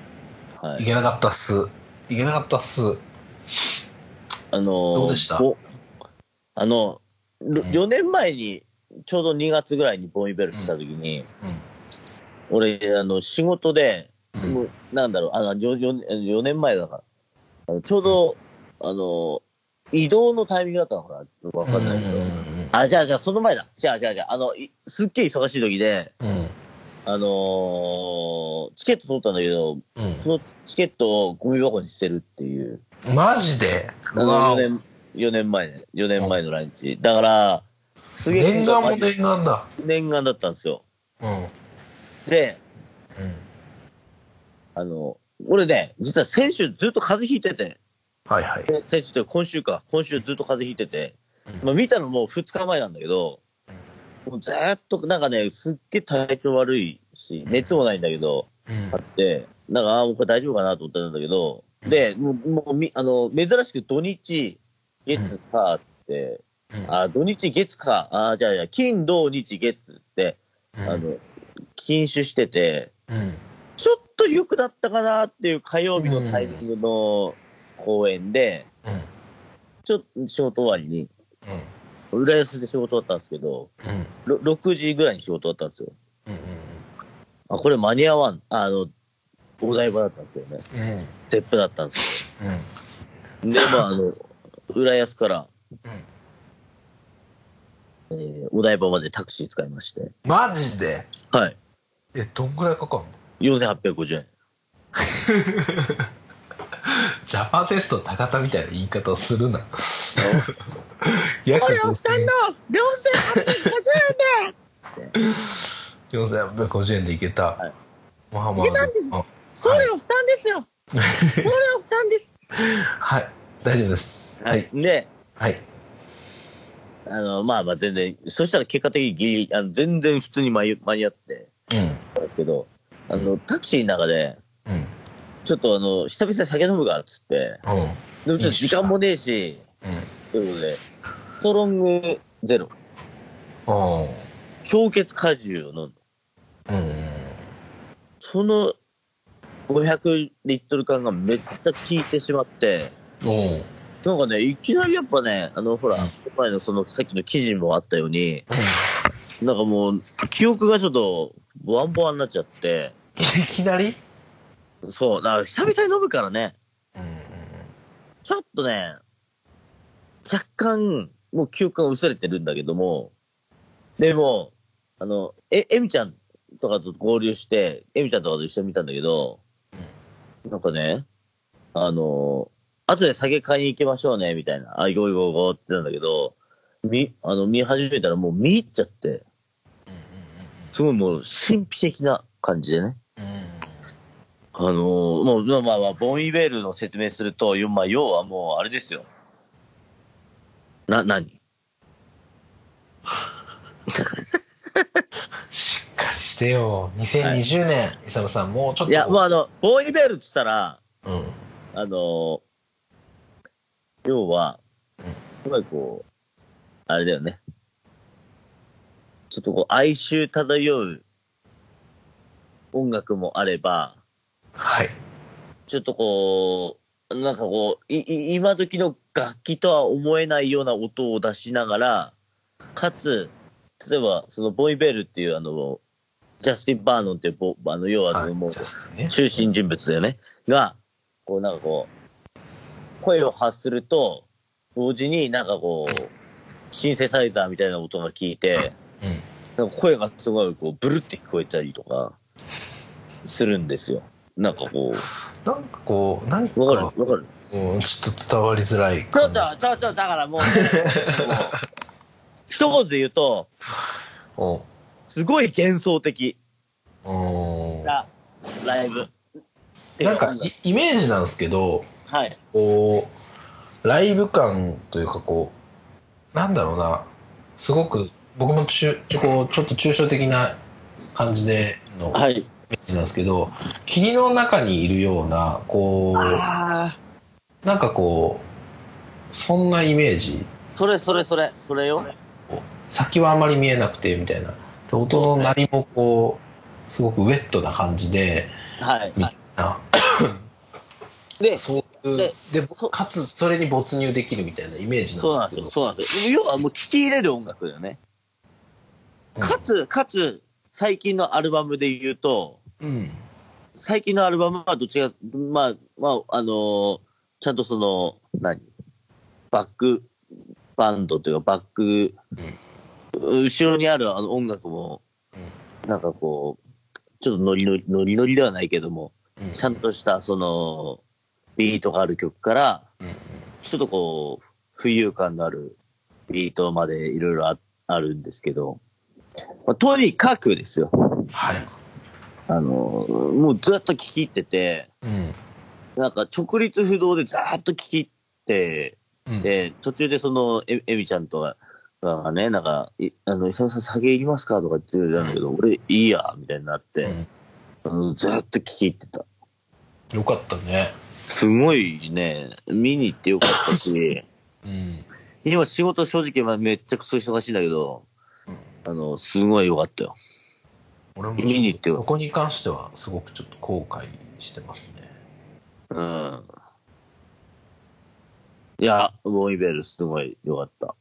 C: はい
B: い
C: い。
B: けなかったっす。いけなかったっす。
C: あのー
B: どうでした
C: ぼあ
B: う
C: の、
B: ん
C: 4年前に、ちょうど2月ぐらいにボンイベール来た時に、俺、あの、仕事
B: うん。う
C: で、
B: ん
C: もうなんだろう、あの 4, 4年前だから、あのちょうど、あの、移動のタイミングだったのかなわかんないけど。
B: うん
C: あ、じゃあじゃあその前だ。じゃあじゃあじゃあ、あの、いすっげえ忙しい時で、
B: うん。
C: あのーチケット取ったんだけど、
B: うんうん
C: そのチケットをゴミ箱に捨てるっていう。
B: マジで
C: あ
B: う
C: の
B: わ
C: 4
B: ー
C: 年、4年前ね。4年前の来日。だから、すげえ、
B: 念願も念願だ。
C: 念願だったんですよ。
B: うん。
C: で、
B: うん。
C: あの、俺ね、実は先週ずっと風邪ひいてて、
B: はいはい。
C: で先週というか今週か、今週ずっと風邪ひいてて、
B: うん
C: まあ、見たのもう2日前なんだけど、もうずーっとなんかね、すっげえ体調悪いし、熱もないんだけど、
B: うん
C: あって、なんか、ああ、もうこれ大丈夫かなと思ってたんだけど、で、もう、もうみあの珍しく土日、月、火って、
B: うん
C: あ土日、月、火、あじゃあ、じゃあ金、土、日、月って、
B: うん
C: あの、禁酒してて、
B: うん。
C: ちょっと良くなったかなっていう火曜日のタイミングの公演で、
B: うん。
C: ちょっと仕事終わりに、
B: うん。
C: 浦安で仕事だったんですけど、
B: うん。
C: ろ6時ぐらいに仕事だったんですよ。
B: うん。
C: あ、これ間に合わん。あの、お台場だったんですよね。
B: うん。
C: ゼップだったんです
B: うん。うん。
C: よ。で、まあ、あの、浦安から、
B: うん
C: えーお台場までタクシー使いまして、
B: マジで
C: はい。
B: え、どんぐらいかかんの
C: 4850円。
B: ジャパネット高田みたいな言い方をする な。約
C: これおっ
B: 5000
C: さんの4850円だ
B: 4850円でいけた。
C: はい
B: まあまあ。
C: いけたんです
B: あ
C: 送料負担です よ送料負担です
B: はい。大丈夫です。はい。
C: で、
B: はい。
C: あの、まあまあ全然、そしたら結果的にギリ、あの全然普通に間に間に合ってたんですけど、あの、タクシーの中で、
B: うん。うん。
C: ちょっとあの、久々に酒飲むからっつって、
B: うん。うん。
C: でもちょっと時間もねえし、ということで、ストロングゼロ、
B: おー
C: 氷結果汁を飲んで、
B: うん。
C: その500リットル缶がめっちゃ効いてしまって、
B: おー
C: なんかね、いきなりやっぱね、あの、ほら
B: うん、
C: 前のその、さっきの記事もあったように、なんかもう、記憶がちょっと、ボワンボワンになっちゃって、
B: いきなり
C: そう、だから久々に飲むからね、
B: うん。うん
C: ちょっとね、若干、もう記憶が薄れてるんだけども、でも、あの、え、エミちゃんとかと合流して、エミちゃんとかと一緒に見たんだけど、なんかね、あの、後で酒買いに行きましょうね、みたいな。あ、ゴイゴイゴイってなんだけど、み、あの、見始めたらもう見入っちゃって、すごいもう神秘的な感じでね。
B: うんうん
C: あのーもう、まあまあまあ、ボンイベールの説明すると、よまあ、要はもう、あれですよ。な、何
B: しっかりしてよ。2020年、イサムさん、もうちょっと。
C: いや、まあ、あの、ボンイベールっつったら、
B: うん。
C: あのー要は、すごいこう、あれだよね。ちょっとこう、哀愁漂う音楽もあれば、
B: はい。
C: ちょっとこう、なんかこう、いい今時の楽器とは思えないような音を出しながら、かつ、例えば、そのボイベルっていうあの、ジャスティン・バーノンっていうボ、あの、要はあ
B: は
C: の
B: い。
C: もう、
B: そうですね。
C: 中心人物だよね。が、こうなんかこう、声を発すると、同時になんかこう、シンセサイザーみたいな音が聞いて、
B: うん。
C: なんか声がすごいこう、ブルって聞こえたりとか、するんですよ。なんかこ
B: なんかこう、なんか
C: う、わかるわかる
B: うんちょっと伝わりづらい
C: ちょっ
B: 感
C: と
B: じ。、
C: ちょっと、だか らもう、もう一言で言うと、
B: お
C: すごい幻想的
B: うん
C: なライブ。
B: なんか
C: っ
B: い
C: ていう
B: イメージなんですけど、
C: かはい。
B: こう、ライブ感というかこう、なんだろうな、すごく僕もちゅちょこうちょっと抽象的な感じでのイメ
C: い。
B: ージなんですけど、霧の中にいるような、こ
C: ああ、
B: う、なんかこう、そんなイメージ。
C: それそれそれ、それよ。
B: 先はあまり見えなくてみたいな。で音の鳴りもこう、すごくウェットな感じで、
C: はい。
B: みんな、
C: で、
B: そういう
C: で、
B: で、かつそれに没入できるみたいなイメージ
C: そう
B: な
C: なんん
B: で
C: ですす
B: けど
C: よ。。そうなんですよ。要はもう聞き入れる音楽だよね。かつ、かつ、最近のアルバムで言うと、
B: うん。
C: 最近のアルバムはどっちが、まあ、まあ、あのーちゃんとその、何バックバンドというか、バック、後ろにあるあの音楽も、なんかこう、ちょっとノリノリ、ノリノリではないけども、
B: うん。
C: ちゃんとした、その、ビートがある曲から、
B: うん。
C: ちょっとこう、浮遊感のあるビートまでいろいろああるんですけど、まあとにかくですよ。
B: はい。
C: あのー、もうずっと聴き入ってて、
B: うん。
C: なんか直立不動でざーっと聞き入って、
B: うん
C: で、途中でその、え、えみちゃんとは、がね、なんか、いあの、伊沢さん酒いりますかとか言ってるんだけど、俺、いいや、みたいになって、
B: うん
C: あのずーっと聞き入ってた。
B: よかったね。
C: すごいね、見に行ってよかった し、
B: うん。
C: 今仕事正直、まあ、めっちゃくそ忙しいんだけど、あの、すごいよかったよ。
B: 俺も
C: 見に行ってよ
B: そこに関してはすごくちょっと後悔してますね。
C: うん。いや、ボーイベルすごいよかった。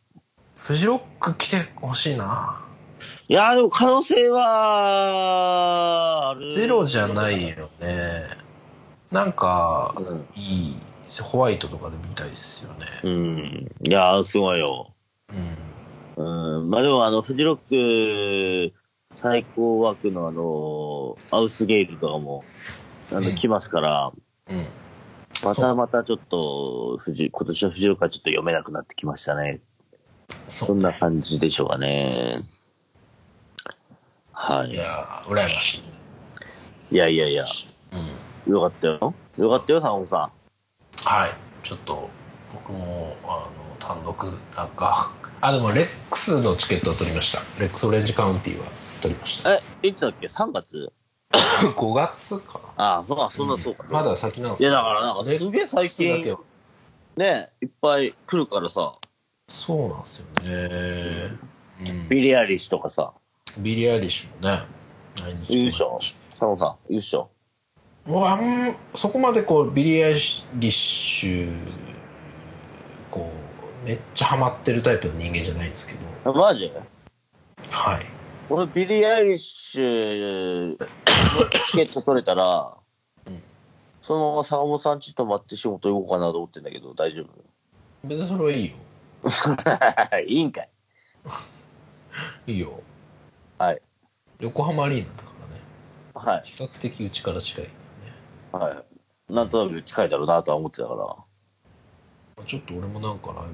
B: フジロック来てほしいな。
C: いやー、でも可能性は、ある。
B: ゼロじゃない。よね。なんか、
C: うん。
B: いい、ホワイトとかで見たいですよね。
C: うん。いやー、すごいよ。
B: うん。
C: うん。まあでも、あの、フジロック最高枠のあの、アウスゲイルとかも、あ
B: う
C: の、
B: ん
C: 来ますから、
B: うん。そ
C: ま
B: う
C: たまたちょっと、フジ、今年のフジロックはちょっと読めなくなってきましたね。
B: そ
C: そんな感じでしょうかね。はい
B: い。やー、羨ましい。
C: いやいやいや、
B: うん。
C: よかったよ。よかったよ、坂本さん。
B: はい、ちょっと僕もあの単独なんか、 あ、でもレックスのチケットは取りました。レックスオレンジカウンティは取りま した。
C: え、いつだっけ ?3 月
B: 5月かな。
C: ああ、そうか、そんな、そうか。
B: まだ先なんです
C: いやだからなんか
B: レックス
C: すげえ最近
B: だけは
C: ねいっぱい来るからさ、
B: そうなんですよね。うん、
C: ビリアリッシュとかさ、
B: ビリー・アイリッシュもね、来日
C: 優勝。佐野さん、優勝。
B: もうあんそこまでこうビリー・アイリッシュこうめっちゃハマってるタイプの人間じゃないんですけど、
C: あマジ
B: はい。
C: 俺、ビリアリッシュのチケット取れたら、
B: うん
C: そのまま坂本さんち泊まって仕事行こうかなと思ってんだけど、大丈
B: 別にそれはいいよ。
C: 夫 いいんかい。
B: いいよ。
C: はい。
B: 横浜アリーナだからね、
C: はい。
B: 比較的うちから近い、ね。
C: はい。なんとなく近いだろうなとは思ってたから。だか
B: ちょっと俺もなんかライブ、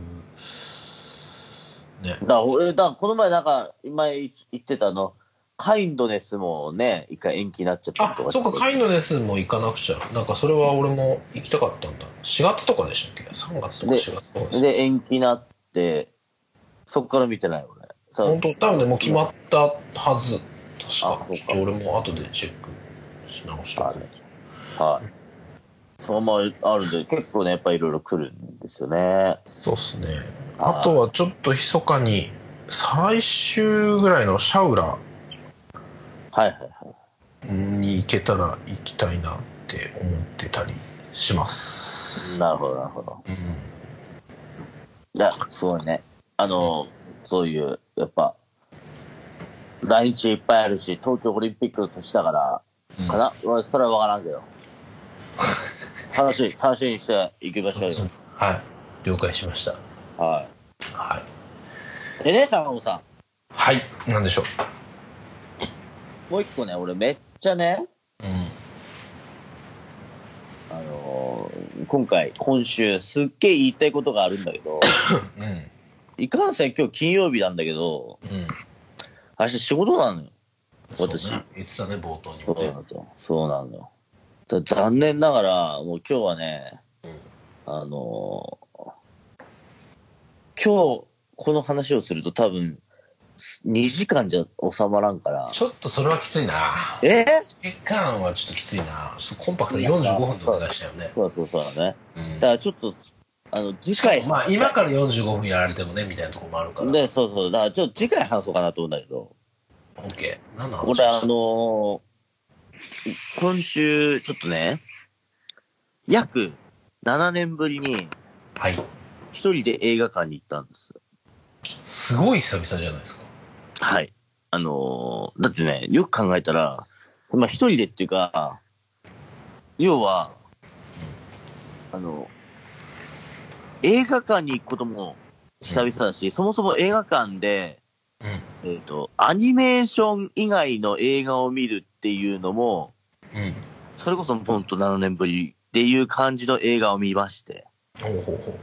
B: ね。
C: ら俺、だからこの前なんか、今言ってたあの、カインドネスもね、一回延期になっちゃったり
B: あ
C: と、かして
B: そっか、カインドネスも行かなくちゃ。なんかそれは俺も行きたかったんだ。4月とかでしたっけ ?3 月とか
C: で
B: 4月とかでしたっ
C: で、延期になって、そっから見てない、俺。
B: け
C: さ
B: 本当多分ね、もう決まったはず。確
C: あそう
B: か。
C: か
B: ちょっと俺も後でチェックし直した
C: あはい。そのままあるんで、結構ね、やっぱりいろいろ来るんですよね。
B: そうっすね。
C: あー
B: あとはちょっと密かに、再来週ぐらいのシャウラ
C: はいはいはい。
B: に行けたら行きたいなって思ってたりします。
C: なるほど、なるほど。
B: うん。
C: いや、すごいね。あの、そういう、やっぱ、来日いっぱいあるし、東京オリンピックの年だから、
B: うん
C: かな、俺それはわからんけど。楽しい、楽しみにしていきましょうよ。
B: はい。了解しました。
C: は
B: はい。
C: い。でね、坂本さ
B: はい。なんでしょ
C: ん、もう一個ね、俺めっちゃね、
B: う。うん。
C: あのー今回、今週、すっげえ言いたいことがあるんだけど、
B: うん。
C: いかんせん今日金曜日なんだけど、
B: うん。
C: 明日仕事なのよ。私
B: そうね言ってたね、冒頭に
C: そ
B: も
C: うな
B: ね
C: ん。ですよ。そうなんだよ。だ残念ながら、もう今日はね、
B: うん
C: あのー今日、この話をすると多分、す2時間じゃ収まらんから。
B: ちょっとそれはきついな。
C: え
B: 時間はちょっときついな。ちょっとコンパクトに45分でお願いしたよね。
C: そうそうそうだね。
B: うん
C: だか。らちょっと、あの、次回、
B: まあ、今から45分やられてもね、みたいなとこもあるから。
C: で、そうそう、だからちょっと次回話そうかなと思うんだけど、
B: オッケー。何の話
C: 俺あのー今週、ちょっとね、約7年ぶりに
B: はい。
C: 一人で映画館に行ったんです。
B: すごい久々じゃないですか。
C: はい。あのーだってね、よく考えたら、まあ一人でっていうか、要は、あの、映画館に行くことも久々だし、そもそも映画館で、
B: う
C: えっ、と、アニメーション以外の映画を見るっていうのも、
B: ん。うん。
C: それこそポンと7年ぶりっていう感じの映画を見まして、
B: ほうほうほ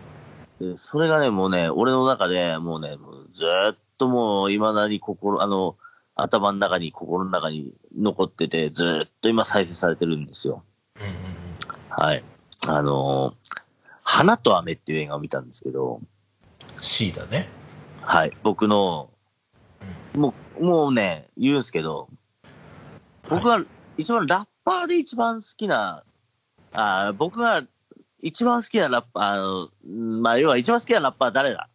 C: でそれがね、もうね、俺の中でもうね、もうずーっともう、未だに心、あの、頭の中に、心の中に残ってて、ずーっと今再生されてるんですよ。
B: う。うんうん
C: はい。あのー花と雨っていう映画を見たんですけど、
B: うん。C だね。
C: はい。僕の、もう、もうね、言うんですけど、僕が一番、ラッパーで一番好きな、あー僕が一番好きなラッパー、あの、うんまあ、要は一番好きなラッパーは誰だ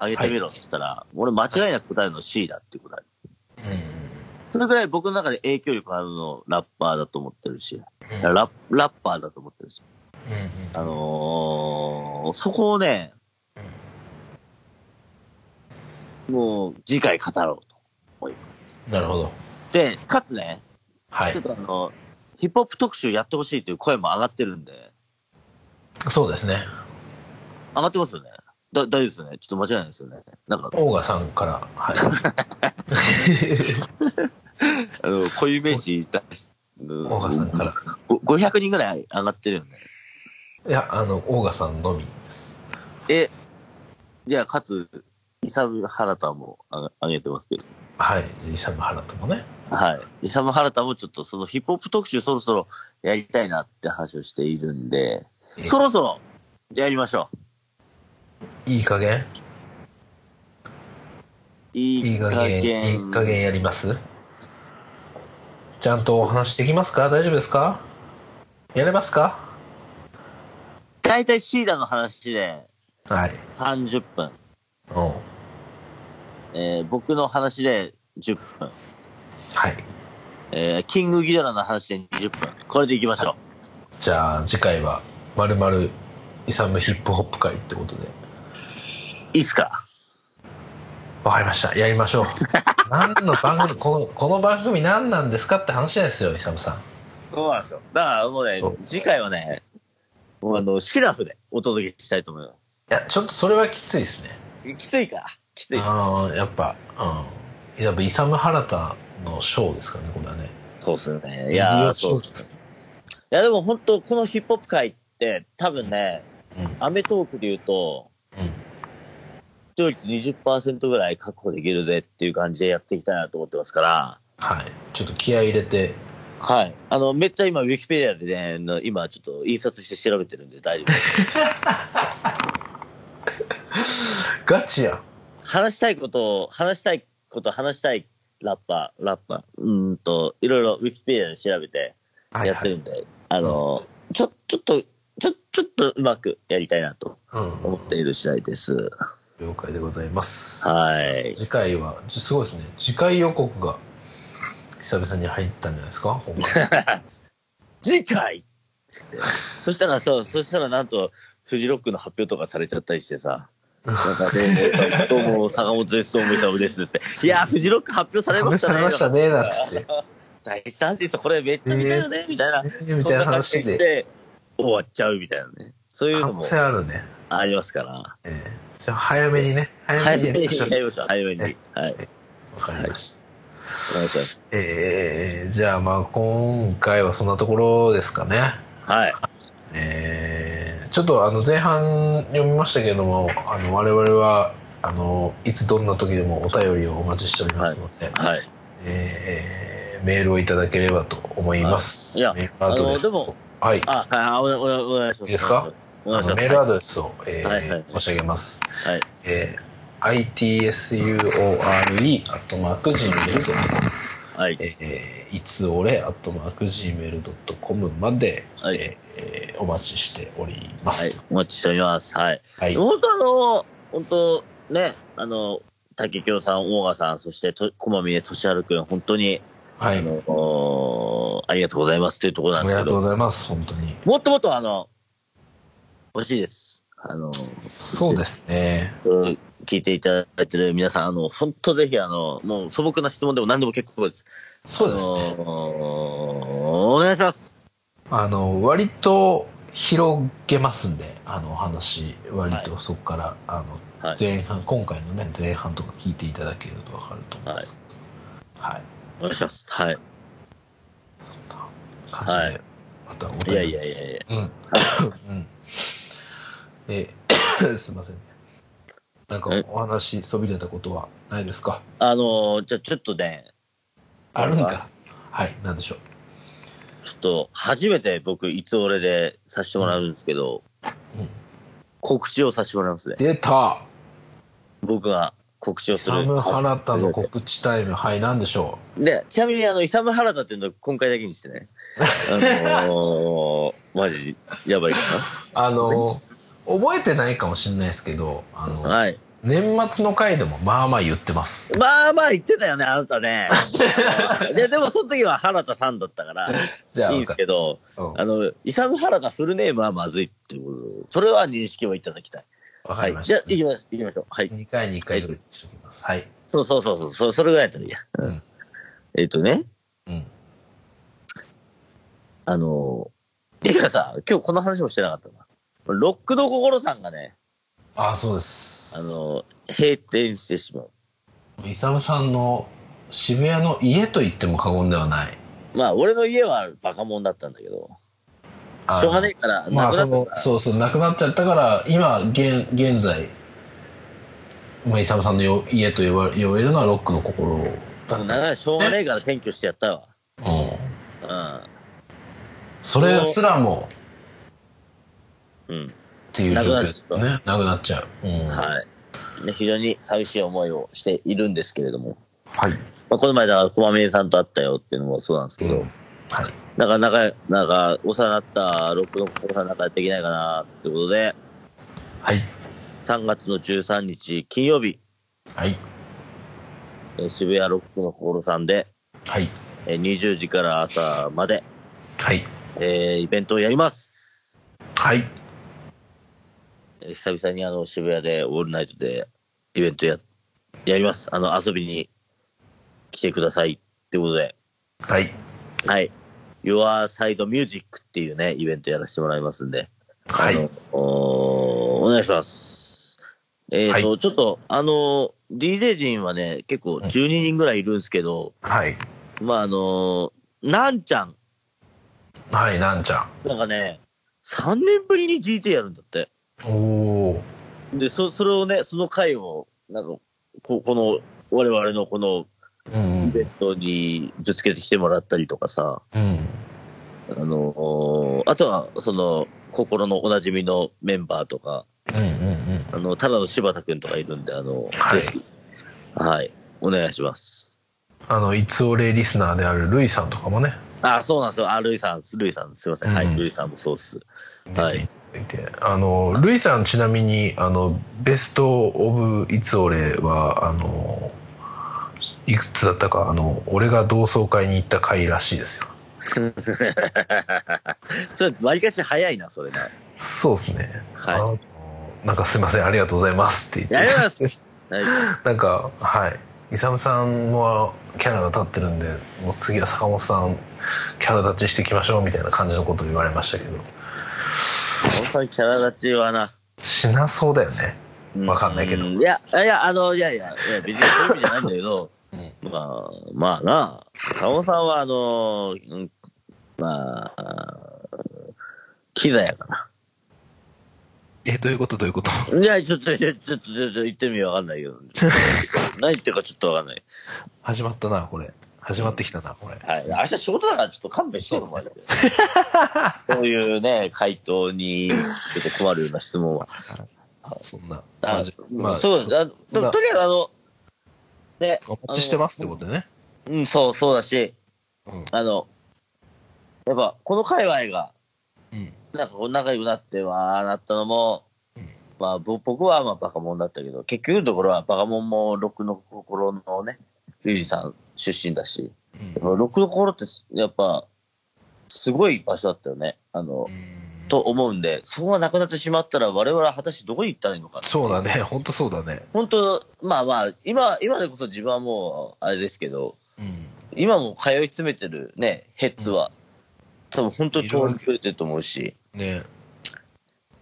C: あげてみろって言ったら、俺間違いなく答えるの C だって答え。
B: うんうん
C: それぐらい僕の中で影響力あるのラッパーだと思ってるし、
B: うん。
C: ラッラッパーだと思ってるし。
B: うんうん
C: あのー、そこをね、もう次回語ろうと思いま
B: なるほど。
C: す。で、かつね、
B: はい
C: ちょっ。とあの、ヒップホップ特集やってほしいという声も上がってるんで、
B: そうですね。
C: 上がってますよね。だ、大丈夫ですよね。ちょっと間違いないですよね。なんか、
B: オーガさんから。 はい。
C: あの、こういう名詞出し、うん
B: オーガさんから。
C: ご500人ぐらい上がってるよね。
B: いや、あの、オーガさんのみです。
C: え、じゃあ、かつ、イサム・ハラタも上が上げてますけど。
B: はい。イサムハラともね。
C: はい。イサム・ハラタもちょっとそのヒップホップ特集そろそろやりたいなって話をしているんで、
B: え
C: そろそろやりましょ
B: いい加減
C: う。い
B: い
C: い
B: い
C: 加
B: 加
C: 減。
B: 減、いい加減やりますちゃんとお話できますか大丈夫ですかやれますか
C: 大体シーダの話で
B: はい。
C: 30分、
B: うん。は
C: えー僕の話で10分、
B: い。
C: えーキングギドラの話で20分。これでいきましょ
B: じゃあ、次回は、まるまるイサムヒップホップ会ってことで。
C: う。いいっすか
B: わかりました。やりまし ょう。何の番組、この、この番組何なんですかって話じゃないですよ、イサムさん。
C: そうなんですよ。だからもうね
B: そう、
C: 次回はね、もうあの、シラフでお届けしたいと思いま
B: いや、ちょっとそれはきついですね。
C: す。きついか。きつい。
B: ああ、やっぱ、うん。やっぱ、イサム・ハラタのショーですからね、これはね。
C: そうっすよね。い
B: い
C: やー、
B: そ
C: そうう。いや、でも本当、このヒップホップ界って、多分ね、
B: うん
C: アメトークで言うと、視聴率20%ぐらい確保できるぜっていう感じでやっていきたいなと思ってますから、
B: はい。ちょっと気合い入れて、
C: はい。あの、めっちゃ今、ウィキペディアでねあの、今ちょっと印刷して調べてるんで大丈夫 です。
B: ガチやん。
C: 話したいことを、話したいこと、話したいラッパー、ラッパー、うーんと、いろいろウィキペディアで調べて
B: はい
C: やってるんで、あの、ちょ、ちょっと、ちょ、ちょっとうまくやりたいなと
B: はい、
C: 思っている次第です。
B: うん。了解でございます。
C: はい。
B: 次回は、じすごいですね。次回予告が、久々に入ったんじゃないです か今回
C: 次回つってそしたらさ、そしたらなんと、フジロックの発表とかされちゃったりしてさ、なんかどうも、どうも、坂本です、どうも、勇ですって。いやー、フジロック発表されま
B: 試
C: したね。
B: されましたね、なんつ って。
C: 大事なんですよ、これめっちゃ見たよね、みたいな。
B: えーみたいな話
C: そんな感
B: で。
C: じで。終わっちゃうみたいなね。そういう
B: 可
C: の
B: 能
C: も
B: 性あるね。
C: ありますから。
B: ええじゃあ早めにね。早
C: 早
B: めに
C: め
B: やり
C: に
B: ましょう。
C: やりましょう、早めに。はい。お願いし
B: わかりました。
C: ます。
B: ええじゃあまあ今回はそんなところですかね。
C: はい。
B: ええちょっとあの前半読みましたけれども、あの我々は、あの、いつどんな時でもお便りをお待ちしておりますので、
C: はい。
B: えーメールをいただければと思います。
C: はいいや
B: メールアドレス
C: あの
B: を
C: でも
B: はい。
C: あ、はい、おおお願いしま
B: い
C: す。
B: いですか
C: お願い
B: あ
C: しま
B: の
C: す。
B: メールアドレスを、えー
C: はいはい
B: 申し上げます。
C: はい。
B: えー、itsure.gmail.com、
C: はい。
B: えー、いつ俺 .gmail.com まで、
C: はい
B: えーお待ちしておりま
C: はい
B: す。。
C: お待ちしております。はい。
B: はい。
C: 本当あの、本当ね、あの、竹京さん、大賀さん、そしてと、こまみね、としはるくん、本当に、
B: はい。
C: あの、おありがとうございますというところなん
B: あ
C: で
B: り
C: す
B: が
C: け
B: とう
C: ど、
B: ございます、本当に。
C: もっともっとあの、欲しいです。あの、
B: そうですね。
C: うん聞いていただいてる皆さん、あの、本当ぜひ、あの、もう素朴な質問でも何でも結構です。
B: そうですね。
C: あのお願いします。
B: あの、割と広げますんで、あの、お話、割とそこから、あの、
C: はい。
B: 前半、今回のね、前半とか聞いていただけると分かると思うんですけど、はい。
C: お願いします。はい。
B: そんな感じで、またお便り
C: いやいやいやいや。
B: うん。うん。え ー、すいませんね。なんか
C: え
B: お話しそびれたことはないですか
C: あの、じゃあちょっとね、
B: あるんかはい、なんでしょう。
C: ちょっと、初めて僕、いつ俺でさせてもらうんですけど、
B: うん
C: 告知をさせてもらいますね。
B: 出た
C: 僕が告知をす
B: サ
C: る
B: ム。ハラタの告知タイム、はい、なんでしょ
C: で、ちなみに、あの、イサムハラダっていうのは今回だけにしてね。あのー、 マジ、やばいか
B: うあの、覚えてないかもしれないですけど、あ
C: な。
B: の、
C: はい。
B: 年末の回でもまあまあ言ってます。
C: まあまあ言ってたよね、あな たね。ででも、その時は原田さんだったから、
B: じゃあ、
C: いいんですけど、
B: わか,、
C: あの、イサムハラダフルネームはまずいっていうことそれは認識をいただきたい。
B: うん、わか
C: は
B: り
C: い
B: ま。し
C: じゃ
B: た
C: あ、。行きま行きましょう。はい。
B: 2回に1回ぐらいにしときます。はい。
C: そうそうそうそう、そそれぐらいやったらいいや。
B: うん
C: えっ、とね、
B: うん。
C: あのー、てかさ、今日この話もしてなかったな。ロックの心さんがね、
B: ああ、そうです。
C: あのー、閉店してしまう。
B: イサムさんの渋谷の家と言っても過言ではない。
C: まあ、俺の家はバカモンだったんだけど、
B: あの
C: しょうがねえから、
B: ま
C: な
B: あ
C: くな
B: そ
C: っ
B: の
C: たから
B: そうそう、なくなっちゃったから、今、現現在、まあ、イサムさんのよ家と呼ば呼べるのはロックの心だ
C: もう
B: っ
C: 長
B: た。
C: いしょうがねえから転居してやったわ。
B: うん。そ
C: れ
B: れすらも
C: うん。うん。
B: っていう状況
C: なくな
B: で
C: っ
B: す
C: ちゃう
B: ね。なくなっちゃう。うん。い。
C: はい。ね非常に寂しい思いをしているんですけれども、
B: はい。
C: まあ、この前だから、駒めさんと会ったよっていうのもそうなんですけど、
B: うんはい。
C: なかなか、なんか、お世話になった、ロックの心さんなんかやっていけないかな、ってことで、
B: はい。
C: 3月の13日金曜日、
B: はい。
C: えー渋谷ロックの心さんで、
B: はい。
C: えー20時から朝まで、
B: はい。
C: えーイベントをやります。
B: はい。
C: えー久々にあの、渋谷でオールナイトでイベントや、やります。あの、遊びに来てください。ってことで、
B: はい。
C: はい。Your Side Music っていうね、イベントやらせてもらいますんで、
B: は
C: あ
B: い
C: の。おお願いします。えっ、と、
B: は
C: ちょっと、あの、DJ 陣はね、結構12人ぐらいいるんですけど、
B: はい。
C: まあ、あの、なんちゃん、
B: はい、なんちゃ
C: なんかね、3年ぶりに DJ やるんだって。
B: ん。おー。
C: で、そ、それをね、その回を、なんか、ここの、我々のこの
B: うんう
C: イベ
B: ん。
C: ントにぶつけてきてもらったりとかさ、
B: うん。
C: あの、おあとは、その、心のおなじみのメンバーとか、
B: うんうんうん。
C: あの、ただの柴田くんとかいるんで、あの、
B: はい
C: ぜひはい。お願いします。
B: あの、いつお礼リスナーであるルイさんとかもね、
C: あ、そうなんですよ。あ、ルイさん、ルイさん、すいません。は
B: う
C: い、
B: ん
C: ルイさんもそうっす。は
B: はいい。あの、ルイさんちなみに、あの、ベストオブいつ俺は、あの、いくつだったか、あの、俺が同窓会に行った回らしいですよ。
C: ちょっと割りかし早いな、それね。
B: そうですね。
C: はい
B: あのなんかすいません、ありがとうございますって言
C: や
B: っ
C: り
B: て。
C: ます。はい
B: なんか、はい。イサムさんもキャラが立ってるんで、もう次は坂本さん、キャラ立ちしていきましょうみたいな感じのことを言われましたけど、
C: 本当にキャラ立ちはな。
B: しなそうだよね。
C: う
B: わかんないけど
C: いや、いや、あの、いやいや、いや別にそういう意味じゃないんだけど、
B: う
C: まあ、まあな、カオさんは、あの、うん、まあ、キザやか
B: え、どういうことどういうこと
C: ら。いや、ちょっと、ちょっと、ちょっと、ちょっと言ってみようわかんない けど。何言ってるかちょっとわかんない。
B: 始まったな、これ。始まってきたな、これ。
C: はい。明日仕事だからちょっと勘弁してもらって。そういうね、回答に、ちょっと困るような質問は。
B: そんな。ま
C: あ
B: あじゃあま
C: ま
B: あ
C: あ、そうです。あのでもとりあえず、あの、ね、
B: お待ちしてますってことね。
C: うん、そう、そうだし、
B: うん
C: あの、やっぱ、この界隈が、
B: うん。
C: なんかこう仲良くなって、わーなったのも、
B: うん
C: まあ、ぼ僕はまあバカモンだったけど、結局のところはバカモンも六の心のね、リュウジさん出身だし、
B: うん
C: 六の心ってやっぱ、すごい場所だったよね、あの、
B: うん
C: と思うんで、そうはなくなってしまったら我々は果たしてどこに行ったらいいのか。
B: そうだね、 本当そうだね。
C: 本当、まあまあ、今、今でこそ自分はもう、あれですけど、
B: うん。
C: 今も通い詰めてるね、ヘッズは、多分本当に通りくれてると思うし、
B: ね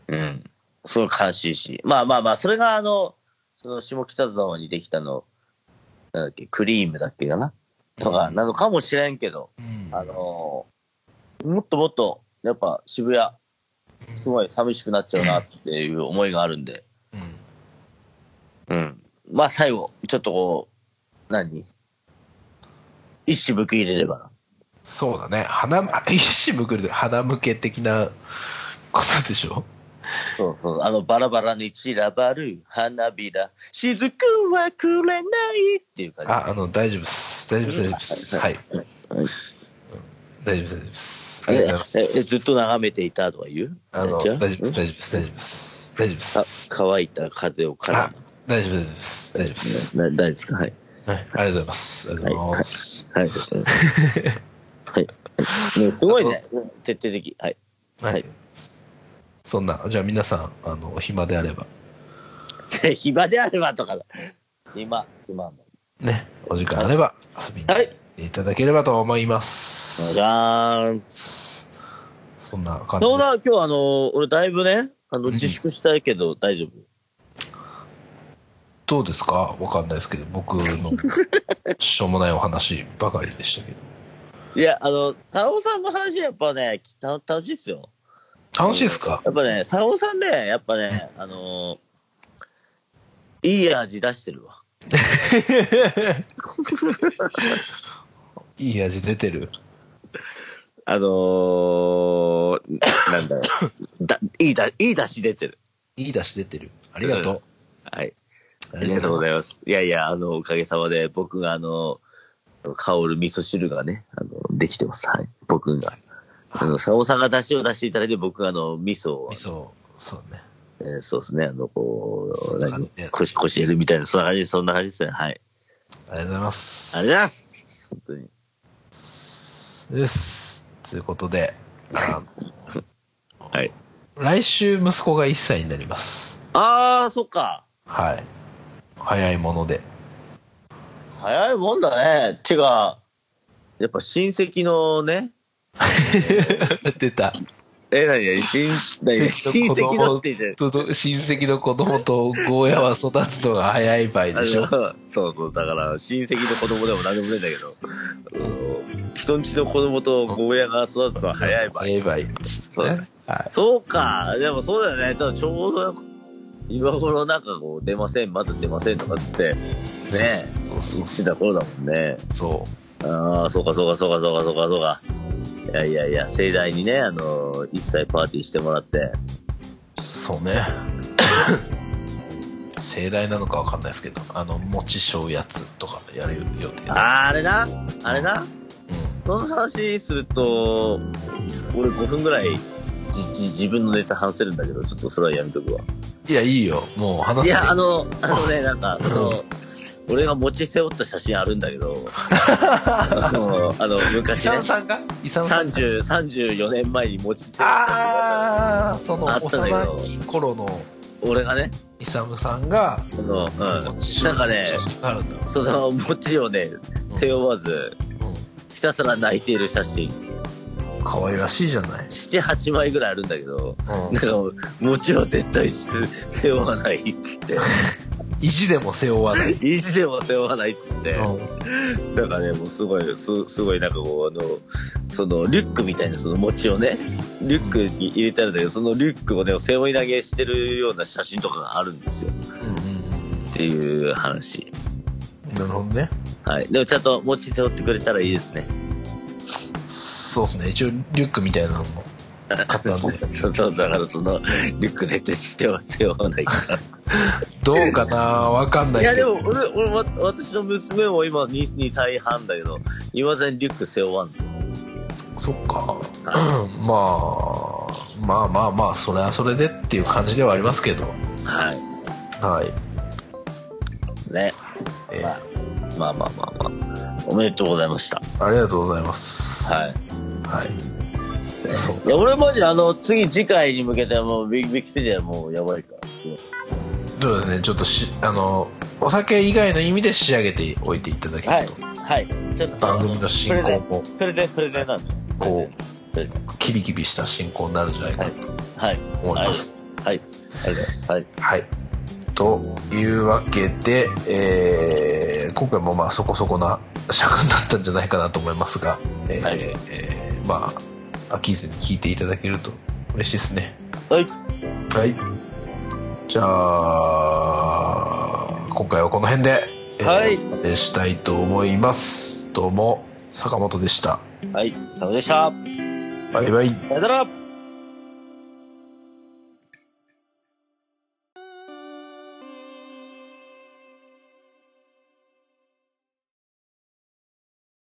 C: うん。すごい悲しいし。まあまあまあ、それがあの、その下北沢にできたの、なんだっけ、クリームだっけかなとか、なのかもしれんけど、
B: うん。
C: あのーもっともっと、やっぱ渋谷、すごい寂しくなっちゃうなっていう思いがあるんで、
B: うん
C: うん。まあ最後、ちょっとこう、何一矢報いれればな。
B: そうだね。鼻、 一矢報いると鼻向け的な ことでしょ
C: そうそう、あの、バラバラに散らばる花びら、雫はくれないっていう感じ。
B: あ、あの、大丈夫です。大丈夫です。大丈夫です。はい。
C: はい
B: 大丈夫です。大丈夫です。あ
C: え
B: りがとうございます。
C: えずっと眺めていたとは言う
B: あの、大
C: じ
B: 丈
C: ゃあ
B: 夫です。大丈夫です。大丈夫です。大丈夫で
C: あ
B: す。
C: 乾いた風を絡
B: あ大丈夫です。大丈夫です。
C: む。な大丈夫ですかはい。
B: はい。ありがとうございます。ありがとうございます。
C: はい。はい。ねすごいね。徹底的。はい。
B: はい。
C: はい
B: そんな、じゃあ皆さん、あの、暇であれば、
C: で 暇であればとかだ。暇、つまんない。
B: ね、お時間あれば遊びに
C: は
B: 来
C: い。
B: ていただければと思いま
C: お
B: す。
C: 願いします。
B: そんな感じ
C: どう
B: で
C: だ、今日あの、俺だいぶね、あの、
B: うん
C: 自粛したいけど大丈夫。
B: どうですかわかんないですけど、僕 のしょうもないお話ばかりでしたけど。
C: いや、あの、田尾さんの話やっぱね、きた楽しいっすよ。
B: 楽しいですか
C: やっぱね、佐尾さんね、やっぱね、あのーいい味出してるわ。
B: いい味出てる。
C: あのー、なんだろ うだ、いいだ、いい出し出てる。
B: いい出汁出てる。ありがとう。
C: はい。あ
B: あ
C: りがとうご
B: い
C: ざいます。いやいや、あの、おかげさまで、僕があの、香る味噌汁がね、あの、できてます。はい。僕が。あの、佐尾さんが出汁を出していただいて、僕があの、味噌を、
B: 味噌、そうね。
C: えーそうですね、あの、こ
B: そん
C: う、
B: な感
C: 何
B: じで
C: こし、こしえるみたいな、そんな感じ、そんな感じですね。は
B: あ
C: い。
B: りがとうございます。
C: ありがとうございます。本当に。
B: です。ということで、あ の
C: はい
B: 来週息子が1歳になります。
C: あー、そっか。
B: はい。早いもので。
C: 早いもんだね。てか、やっぱ親戚のね、
B: 出た。
C: え、なになに、親何親戚のって 言って
B: ちょっと親戚の子供とゴーヤは育つのが早い場合
C: あ
B: で
C: の
B: しょ。
C: そうそう、だから親戚の子供でも何でもねえんだけど、あの人んちの子供とゴーヤが育つのは早い場合。
B: 早い場合です
C: そうだ
B: ね
C: ね。
B: はい。
C: そうか、でもそうだよね。ただちょうど今頃なんかこう、出ません、まだ出ませんとかっつって、ねえ、
B: そうそうそ
C: してた頃だもん
B: う。
C: ね。
B: そ
C: ああ、そうかそうかそうかそうかそうかそうか。いやいやいや、盛大にね、あのー、一切パーティーしてもらって。
B: うそうね。 盛大なのかわかんないですけど、あの、餅しょうやつとかやる予定です。
C: あーあれな、あれな、
B: うん
C: その話すると、俺5分ぐらいじじ自分のネタ話せるんだけど、ちょっとそれはやめとくわ。
B: いや、いいよ。もう話
C: い
B: せ
C: や、あの、あのね、なんか、その、俺が持ち背負った写真あるんだけ ど、あの、
B: イ
C: 昔
B: サ
C: ね
B: ム、さんがイサムさん
C: 30、34年前に持ち背負った写真があるんだ
B: ああその
C: あったんだけど
B: 幼き頃の
C: けど俺がね、
B: イサムさんが
C: あの、
B: こっ
C: うん。
B: ち
C: なんかね、
B: 写真があるんだ
C: その持ちをね、背負わず、ひたすら泣いている写真、
B: うん可愛らしいじゃない、
C: 7、8枚ぐらいあるんだけど、
B: うん
C: なんか、もちろん絶対し 背負わないって言っ
B: 意地でも背負わない、
C: て、意地でも背負わないって言って、
B: う
C: なんかね、もうすごい、すすごいなんかこう、あの、そのリュックみたいな、その餅をね、リュックに入れてあるんだけど、そのリュックをね、背負い投げしてるような写真とかがあるんですよ。
B: ん、うんうん
C: っていう話。
B: うんなるほどね
C: はい。でもちゃんと餅背負ってくれたらいいですね。
B: そうですね一応リュックみたいなのも買ったんで
C: そうそう、だからその、リュック絶対背負背負わないか
B: どうかなわか んな
C: ら。
B: い
C: いや、
B: け
C: で
B: ど
C: も俺、俺、わ私の娘も今 2, 2歳半だけど、いまだにリュック背負わんの。
B: そっか、 うんまあまあまあまあそれはそれでっていう感じではありますけど
C: はい。
B: はい、
C: ね。
B: え
C: まあまあまあまあまあ。おめでとうございました。
B: ーありがとうございます
C: はい。
B: はい、そう
C: いや、俺マジであの、次、次回に向けてはもう、ウィウィキペディアもうやばいから。
B: そうですねちょっとしあのお酒以外の意味で仕上げておいていただけ
C: は
B: る
C: い
B: と、。
C: はい。ちょっと、
B: 番組の進
C: プレゼ
B: 行
C: ン、
B: も
C: プレゼン、プレゼンなんで。
B: こ
C: プレゼン。
B: うキビキビした進行になるんじゃないかなと
C: はい。
B: 思います
C: はい。はい。ありがとうございます。はい。
B: はいというわけで、えー今回もまあそこそこな尺になったんじゃないかなと思いますが、えー
C: はい
B: えーまあ飽きずに聞いていただけると嬉しいですね
C: はい。
B: はいじゃあ今回はこの辺で、えー
C: はい
B: お別れしたいと思いますどうも坂本でした
C: はい。サムでした。
B: バイバイ
C: さよなら